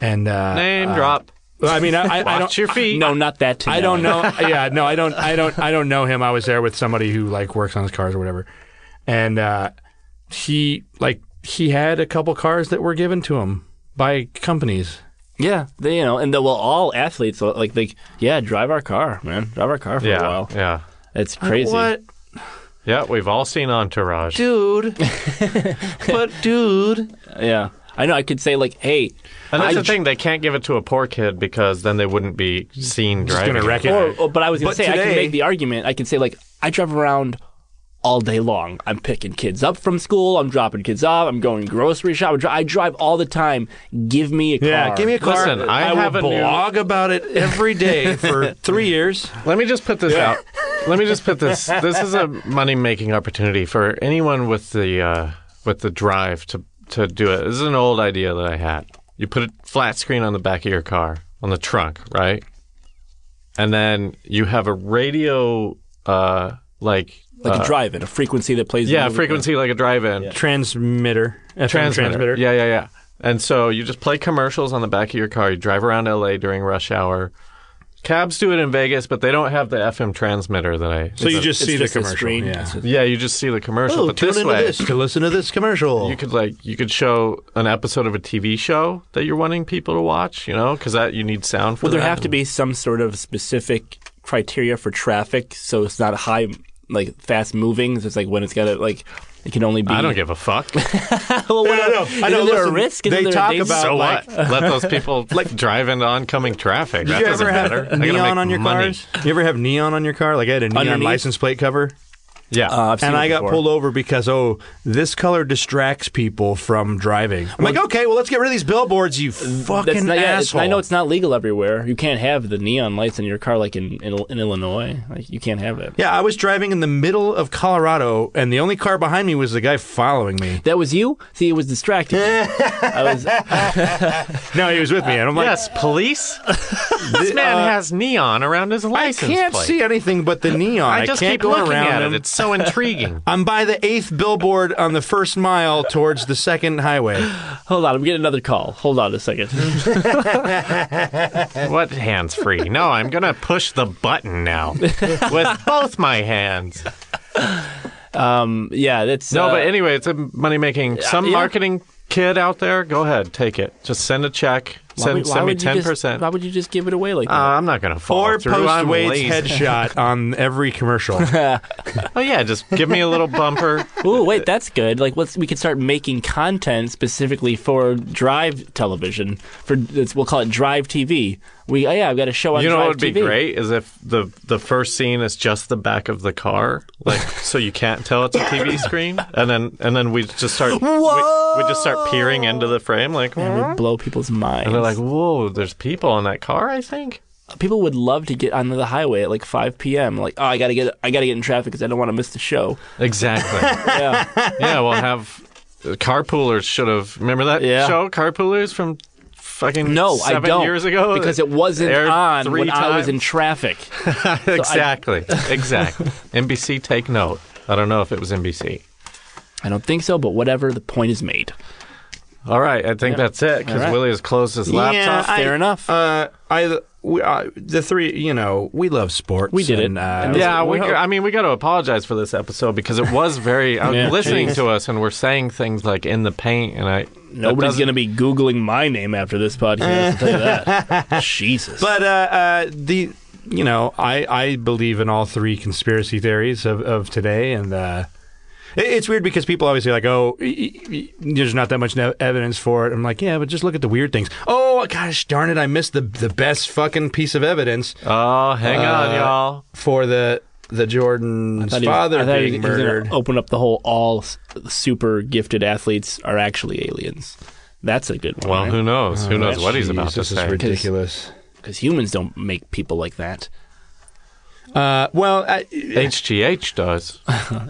Speaker 3: and uh,
Speaker 1: Name
Speaker 3: uh,
Speaker 1: drop.
Speaker 3: well, I mean, I, I, I
Speaker 1: Watch
Speaker 3: don't.
Speaker 1: your feet.
Speaker 2: No, not that. Tim
Speaker 3: I don't
Speaker 2: Allen.
Speaker 3: know. Yeah, no, I don't. I don't. I don't know him. I was there with somebody who like works on his cars or whatever, and uh, he like he had a couple cars that were given to him by companies.
Speaker 2: Yeah, they, you know, and the, well, all athletes uh, like they. Yeah, drive our car, man. Drive our car for
Speaker 1: yeah,
Speaker 2: a while.
Speaker 1: yeah,
Speaker 2: It's crazy.
Speaker 3: What,
Speaker 1: yeah. We've all seen Entourage.
Speaker 3: dude? but dude,
Speaker 2: Yeah, I know. I could say like, hey,
Speaker 1: and that's
Speaker 2: I
Speaker 1: the thing. They can't give it to a poor kid because then they wouldn't be seen
Speaker 3: just
Speaker 1: driving.
Speaker 3: gonna wreck it.
Speaker 2: Or, or- Oh, but I was going
Speaker 3: But
Speaker 2: to say I
Speaker 3: today-
Speaker 2: can make the argument. I can say like I drive around all day long. I'm picking kids up from school. I'm dropping kids off. I'm going grocery shopping. I drive all the time. Give me a car.
Speaker 3: yeah, give me a car.
Speaker 1: Listen, I
Speaker 3: will
Speaker 1: have a new-
Speaker 3: blog about it every day for three years.
Speaker 1: Let me just put this out. Let me just put this. This is a money making opportunity for anyone with the uh, with the drive to to do it. This is an old idea that I had. You put a flat screen on the back of your car on the trunk, right? And then you have a radio, uh, like
Speaker 3: Uh,
Speaker 2: like a drive-in, a frequency that plays.
Speaker 1: yeah,
Speaker 2: the music.
Speaker 1: frequency like a drive-in
Speaker 3: Transmitter, FM
Speaker 1: transmitter.
Speaker 3: transmitter.
Speaker 1: Yeah, yeah, yeah. And so you just play commercials on the back of your car. You drive around LA during rush hour. Cabs do it in Vegas, but they don't have the FM transmitter that I.
Speaker 3: So you just
Speaker 2: It's
Speaker 3: see the
Speaker 2: just a
Speaker 3: commercial.
Speaker 2: screen.
Speaker 3: Yeah.
Speaker 2: It's just-
Speaker 1: Yeah, you just see the commercial. but this way,
Speaker 3: to listen to this commercial.
Speaker 1: you could like you could show an episode of a TV show that you're wanting people to watch. You know, because that you need sound for.
Speaker 2: Well, there
Speaker 1: that.
Speaker 2: have to be some sort of specific criteria for traffic, so it's not high, like fast moving. So it's like when it's got to like. It can only be.
Speaker 1: I don't give a fuck.
Speaker 2: Well, what- Isn't there a
Speaker 3: listen,
Speaker 2: risk? Isn't
Speaker 3: They
Speaker 2: there a
Speaker 3: talk
Speaker 2: danger?
Speaker 3: about
Speaker 1: so
Speaker 3: like
Speaker 1: what? Let those people like drive into oncoming traffic. That
Speaker 3: you
Speaker 1: doesn't
Speaker 3: ever have
Speaker 1: matter. I gotta
Speaker 3: neon
Speaker 1: make
Speaker 3: on your
Speaker 1: money.
Speaker 3: cars? You ever have neon on your car? Like I had a neon
Speaker 2: Underneath?
Speaker 3: license plate cover,
Speaker 1: Yeah.
Speaker 2: Uh, I've seen
Speaker 3: and
Speaker 2: it
Speaker 3: I got
Speaker 2: before.
Speaker 3: pulled over because oh, this color distracts people from driving. I'm like, okay, well, let's get rid of these billboards. You fucking
Speaker 2: That's not, yeah, it's-
Speaker 3: asshole!
Speaker 2: I know it's not legal everywhere. You can't have the neon lights in your car like in, in, in Illinois. Like you can't have that.
Speaker 3: yeah, I was driving in the middle of Colorado, and the only car behind me was the guy following me.
Speaker 2: That was you? See, it was distracting. I was
Speaker 3: No, he was with me, and I'm like,
Speaker 1: yes, police. this man has neon around his
Speaker 3: I
Speaker 1: license
Speaker 3: can't
Speaker 1: plate.
Speaker 3: see anything but the neon.
Speaker 1: I just
Speaker 3: can't
Speaker 1: keep
Speaker 3: go
Speaker 1: looking
Speaker 3: around
Speaker 1: at
Speaker 3: him.
Speaker 1: it. It's so intriguing.
Speaker 3: I'm by the eighth billboard on the first mile towards the second highway.
Speaker 2: hold on, I'm getting another call. Hold on a second.
Speaker 1: What hands free? No, I'm gonna push the button now with both my hands.
Speaker 2: Um, yeah, that's
Speaker 1: No,
Speaker 2: uh,
Speaker 1: but anyway, it's a money making. Some
Speaker 2: yeah.
Speaker 1: marketing kid out there, go ahead, take it. Just send a check.
Speaker 2: why
Speaker 1: Send,
Speaker 2: would- why
Speaker 1: send me
Speaker 2: would you
Speaker 1: ten
Speaker 2: just-
Speaker 1: percent. Uh,
Speaker 2: Why would you just give it away like that?
Speaker 1: I'm not gonna fall
Speaker 3: or
Speaker 1: through.
Speaker 3: post
Speaker 1: I'm
Speaker 3: Wade's
Speaker 1: lazy.
Speaker 3: headshot on every commercial.
Speaker 1: Oh yeah, just give me a little bumper.
Speaker 2: Ooh, wait, that's good. Like, let's we could start making content specifically for drive television. For it's, we'll call it drive TV. we oh, yeah, I've got a show on.
Speaker 1: You know
Speaker 2: Drive
Speaker 1: what would be
Speaker 2: TV.
Speaker 1: great is if the the first scene is just the back of the car, like so you can't tell it's a TV screen, and then and then we just start we, we just start peering into the frame like, and
Speaker 2: Would blow people's minds.
Speaker 1: they're like, whoa, there's people on that car. I think
Speaker 2: people would love to get onto the highway at like 5 p.m. Like, oh, I gotta get, I gotta get in traffic because I don't want to miss the show.
Speaker 1: exactly.
Speaker 2: Yeah,
Speaker 1: yeah, we'll have uh, carpoolers should have remember that
Speaker 2: Yeah.
Speaker 1: show carpoolers from fucking
Speaker 2: no,
Speaker 1: seven
Speaker 2: I don't.
Speaker 1: years ago
Speaker 2: because it wasn't
Speaker 1: Aired
Speaker 2: on
Speaker 1: three
Speaker 2: when I was
Speaker 1: times.
Speaker 2: in traffic.
Speaker 1: exactly, exactly. NBC, take note. I don't know if it was NBC.
Speaker 2: I don't think so, but whatever. The point is made.
Speaker 1: All right, I think that's it because
Speaker 2: All right.
Speaker 1: Willie has closed his laptop.
Speaker 2: I- fair enough.
Speaker 3: Uh, I we, uh, the three, you know, we love sports.
Speaker 2: We did it.
Speaker 3: and, Uh,
Speaker 2: And
Speaker 1: yeah, we,
Speaker 2: hope.
Speaker 1: I mean, we got to apologize for this episode because it was very. I'm
Speaker 2: Yeah,
Speaker 1: listening
Speaker 2: geez.
Speaker 1: to us and we're saying things like in the paint, and I.
Speaker 2: Nobody's gonna be googling my name after this podcast. I'll tell you that. Jesus.
Speaker 3: But uh, uh, the you know, I I believe in all three conspiracy theories of, of today, and uh, it- it's weird because people always say like, oh, e- e- e- there's not that much no- evidence for it. I'm like, yeah, but just look at the weird things. Oh gosh, darn it, I missed the the best fucking piece of evidence uh,
Speaker 1: Oh, hang
Speaker 2: Uh,
Speaker 1: on, y'all.
Speaker 3: for the the Jordan's
Speaker 2: I thought he was-
Speaker 3: father
Speaker 2: I thought he was-
Speaker 3: being
Speaker 2: he was gonna
Speaker 3: murdered.
Speaker 2: open up the whole all s- super gifted athletes are actually aliens. That's a good one.
Speaker 1: Well, who knows? who knows what he's
Speaker 3: Jeez,
Speaker 1: about to
Speaker 3: this
Speaker 1: say?
Speaker 3: is ridiculous.
Speaker 2: Because humans don't make people like that.
Speaker 3: Uh, well, I,
Speaker 1: HGH does.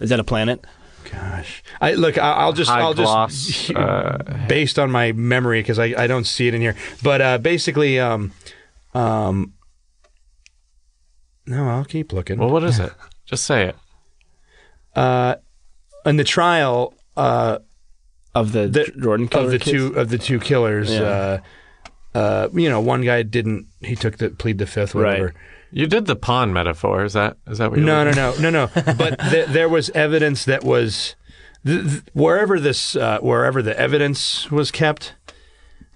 Speaker 2: Is that a planet?
Speaker 3: Gosh, I look. I, I'll just,
Speaker 1: High
Speaker 3: I'll
Speaker 1: gloss,
Speaker 3: just,
Speaker 2: uh,
Speaker 3: based on my memory because I, I don't see it in here. But uh, basically, um, um, no, I'll keep looking.
Speaker 1: Well, what is it? Just say it.
Speaker 3: Uh, in the trial uh,
Speaker 2: Of the,
Speaker 3: The-
Speaker 2: Jordan killer
Speaker 3: of the
Speaker 2: kids?
Speaker 3: two of the two killers,
Speaker 2: Yeah.
Speaker 3: uh, uh, you know, one guy didn't. He took the plead the fifth,
Speaker 2: Right.
Speaker 3: whatever.
Speaker 1: You did the pawn metaphor. Is that is that what? You're
Speaker 3: No,
Speaker 1: looking-
Speaker 3: no, no, no, no. But th- there was evidence that was th- th- wherever this uh, wherever the evidence was kept.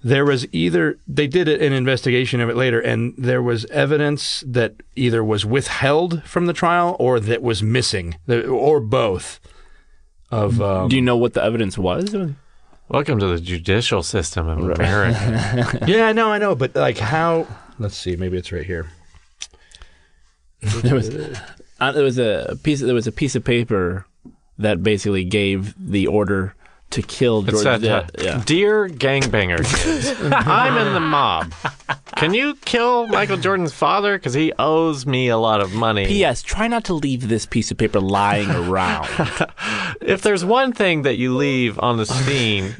Speaker 3: There was either they did an investigation of it later, and there was evidence that either was withheld from the trial or that was missing, th- or both. Of um,
Speaker 2: Do you know what the evidence was?
Speaker 1: Welcome to the judicial system of America.
Speaker 3: yeah, no, I know, but like how? Let's see, maybe it's right here.
Speaker 2: There was, uh, there was a piece. There was a piece of paper that basically gave the order to kill
Speaker 1: It's
Speaker 2: Jordan.
Speaker 1: that, uh,
Speaker 2: yeah.
Speaker 1: Dear gangbanger kids, I'm in the mob. Can you kill Michael Jordan's father? Because he owes me a lot of money.
Speaker 2: P.S. Try not to leave this piece of paper lying around.
Speaker 1: If there's one thing that you leave on the scene,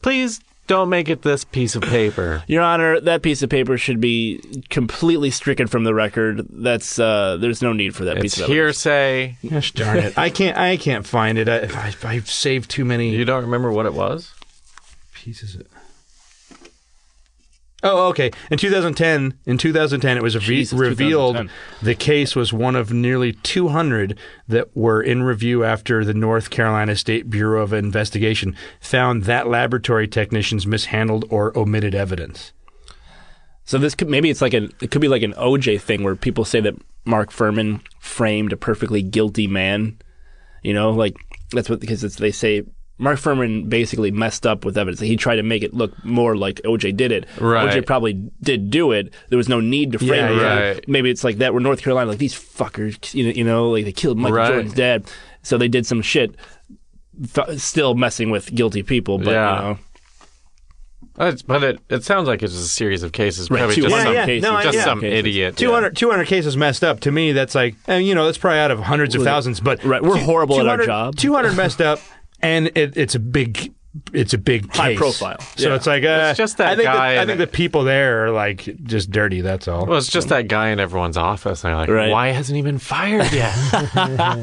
Speaker 1: please don't make it this piece of paper.
Speaker 2: Your Honor, that piece of paper should be completely stricken from the record. That's uh, there's no need for that
Speaker 1: It's
Speaker 2: piece of evidence.
Speaker 1: hearsay.
Speaker 3: Gosh darn it! I can't. I can't find it. I, I, I've saved too many.
Speaker 1: You don't remember what it was?
Speaker 3: pieces of. Oh, okay. In 2010, in 2010, it was re-
Speaker 2: Jesus,
Speaker 3: revealed
Speaker 2: 2010.
Speaker 3: the case was one of nearly 200 that were in review after the North Carolina State Bureau of Investigation found that laboratory technicians mishandled or omitted evidence.
Speaker 2: So this could maybe it's like an it could be like an OJ thing where people say that Mark Furman framed a perfectly guilty man. You know, like that's what because it's, they say Mark Furman basically messed up with evidence. He tried to make it look more like OJ did it.
Speaker 1: Right.
Speaker 2: OJ probably did do it. There was no need to frame
Speaker 3: Yeah,
Speaker 2: it. So
Speaker 1: yeah. Right.
Speaker 2: Maybe it's like that. Where North Carolina, like these fuckers, you know, you know, like they killed Michael
Speaker 1: Right.
Speaker 2: Jordan's dad, so they did some shit. Th- still messing with guilty people, but
Speaker 1: Yeah.
Speaker 2: you know,
Speaker 1: Uh, it's- But it, it sounds like it's a series of cases.
Speaker 2: Right,
Speaker 1: Probably
Speaker 2: two-
Speaker 1: just
Speaker 2: yeah,
Speaker 1: some,
Speaker 2: yeah. No, I-
Speaker 1: just
Speaker 2: yeah.
Speaker 1: some
Speaker 2: Cases.
Speaker 1: idiot.
Speaker 3: 200, 200 cases messed up. To me, that's like, and you know, that's probably out of hundreds of thousands. But
Speaker 2: Right, we're
Speaker 3: two-
Speaker 2: horrible at our
Speaker 3: 200
Speaker 2: job.
Speaker 3: 200 messed up, and it, it's a big, it's a big
Speaker 2: High
Speaker 3: case.
Speaker 2: profile.
Speaker 3: So
Speaker 2: Yeah.
Speaker 3: it's like, uh,
Speaker 1: It's just that
Speaker 3: I think
Speaker 1: guy
Speaker 3: The, I
Speaker 1: and-
Speaker 3: think the people there are like just dirty. That's all.
Speaker 1: Well, it's just that guy in everyone's office. And they're like,
Speaker 2: Right.
Speaker 1: why hasn't he been fired yet?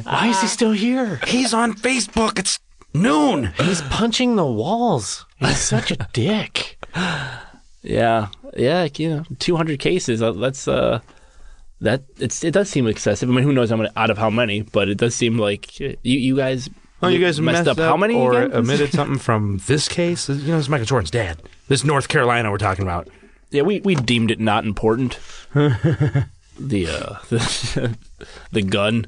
Speaker 1: why is he still here?
Speaker 3: He's on Facebook. It's noon.
Speaker 1: He's punching the walls. He's such a dick.
Speaker 2: Yeah, yeah, like, you know, two hundred cases. uh, That's uh, that it's it does seem excessive. I mean, who knows how many out of how many, but it does seem like uh, you you guys.
Speaker 3: Oh, you guys
Speaker 2: messed, up. How many
Speaker 3: or
Speaker 2: again?
Speaker 3: omitted something from this case? You know, it's Michael Jordan's dad. This North Carolina we're talking about.
Speaker 2: yeah, we we deemed it not important. the uh, the, the gun.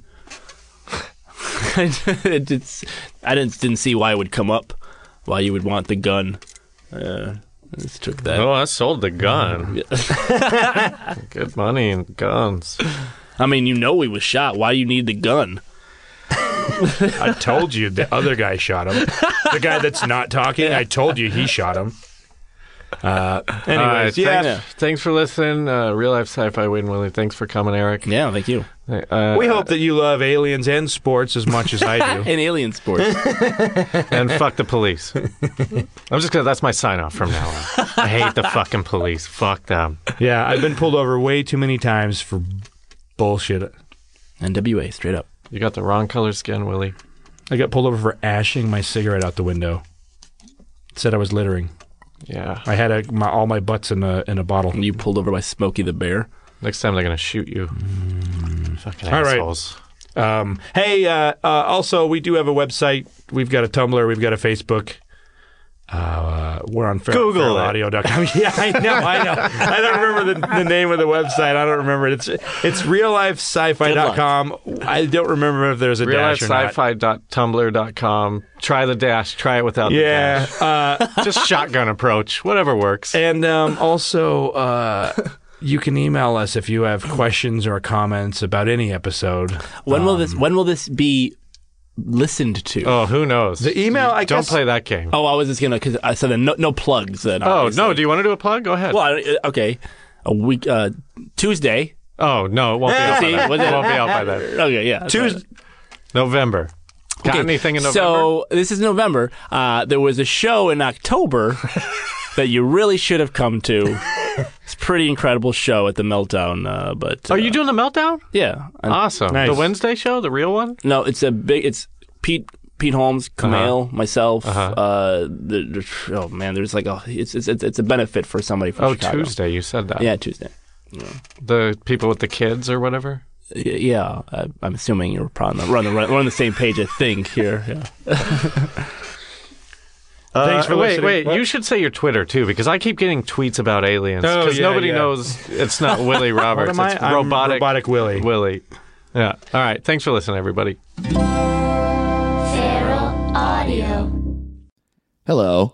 Speaker 2: it's, I didn't didn't see why it would come up, why you would want the gun. Uh, Just took that.
Speaker 1: Oh, I sold the gun. Good money and guns.
Speaker 2: I mean, you know he was shot. Why do you need the gun?
Speaker 3: I told you the other guy shot him. The guy that's not talking, I told you he shot him. Uh, anyways,
Speaker 1: All right,
Speaker 3: yeah.
Speaker 1: thanks, thanks for listening. Uh, Real Life Sci-Fi, Wade and Willie. Thanks for coming, Eric.
Speaker 2: Yeah, thank you.
Speaker 1: Uh,
Speaker 3: We hope that you love aliens and sports as much as I do.
Speaker 2: And alien sports.
Speaker 1: and fuck the police. I'm just gonna. That's my sign off from now on. I hate the fucking police. Fuck them.
Speaker 3: yeah, I've been pulled over way too many times for bullshit.
Speaker 2: NWA, straight up.
Speaker 1: You got the wrong color skin, Willie.
Speaker 3: I got pulled over for ashing my cigarette out the window. It said I was littering.
Speaker 1: Yeah.
Speaker 3: I had a, my, all my butts in a in a bottle.
Speaker 2: You pulled over by Smokey the Bear.
Speaker 1: Next time they're gonna shoot you. Mm, Fucking
Speaker 3: All right.
Speaker 1: assholes.
Speaker 3: Um, hey, uh, uh, also we do have a website. We've got a Tumblr. We've got a Facebook. Uh, we're on fair,
Speaker 1: Google it.
Speaker 3: feralaudio.com. yeah, I know, I know. I don't remember the, the name of the website. I don't remember it. It's it's reallifescifi.com. I don't remember if there's a
Speaker 1: Real
Speaker 3: dash
Speaker 1: life
Speaker 3: or not.
Speaker 1: sci-fi dot tumblr dot com. Try the dash. Try it without
Speaker 3: Yeah,
Speaker 1: the
Speaker 3: uh,
Speaker 1: dash. Just shotgun approach. Whatever works.
Speaker 3: And um, also, uh, you can email us if you have questions or comments about any episode.
Speaker 2: When will this? When will this be listened to?
Speaker 1: Um, Oh, who knows?
Speaker 3: The email, I
Speaker 1: Don't
Speaker 3: guess-
Speaker 1: play that game.
Speaker 2: oh, I was just gonna because I said no, no plugs. Then
Speaker 1: Oh
Speaker 2: obviously.
Speaker 1: no! Do you want to do a plug? Go ahead.
Speaker 2: Well, I- uh, okay, a week uh, Tuesday.
Speaker 1: Oh no! It won't be out by
Speaker 2: See,
Speaker 1: then.
Speaker 2: was
Speaker 1: It
Speaker 2: it-
Speaker 1: won't be out by then.
Speaker 2: Okay, yeah,
Speaker 3: Tues-
Speaker 1: November. Got
Speaker 2: Okay,
Speaker 1: anything in November?
Speaker 2: So this is November. Uh, there was a show in October that you really should have come to. It's a pretty incredible show at the Meltdown. Uh, but
Speaker 1: Are
Speaker 2: uh,
Speaker 1: you doing the meltdown?
Speaker 2: Yeah. And-
Speaker 1: Awesome.
Speaker 3: Nice.
Speaker 1: The Wednesday show, the real one?
Speaker 2: no, it's a big. It's Pete. Pete Holmes,
Speaker 1: Uh-huh.
Speaker 2: Camille, myself. uh the, the- oh man, there's like a it's it's it's a benefit for somebody from
Speaker 1: Oh,
Speaker 2: Chicago.
Speaker 1: Tuesday. You said that.
Speaker 2: Yeah, Tuesday.
Speaker 1: The people with the kids or whatever.
Speaker 2: Y- Yeah, I, I'm assuming you're probably we're on the right- we're on the same page. I think here. Yeah.
Speaker 3: Thanks for
Speaker 1: Uh, wait,
Speaker 3: listening.
Speaker 1: wait.
Speaker 3: What?
Speaker 1: You should say your Twitter too, because I keep getting tweets about aliens
Speaker 3: Oh,
Speaker 1: because
Speaker 3: yeah,
Speaker 1: nobody
Speaker 3: yeah.
Speaker 1: knows it's not Willie Roberts.
Speaker 3: am I?
Speaker 1: It's
Speaker 3: I'm
Speaker 1: robotic,
Speaker 3: Robotic Willie.
Speaker 1: Willie. Yeah. All right. Thanks for listening, everybody.
Speaker 4: Feral Audio.
Speaker 5: Hello,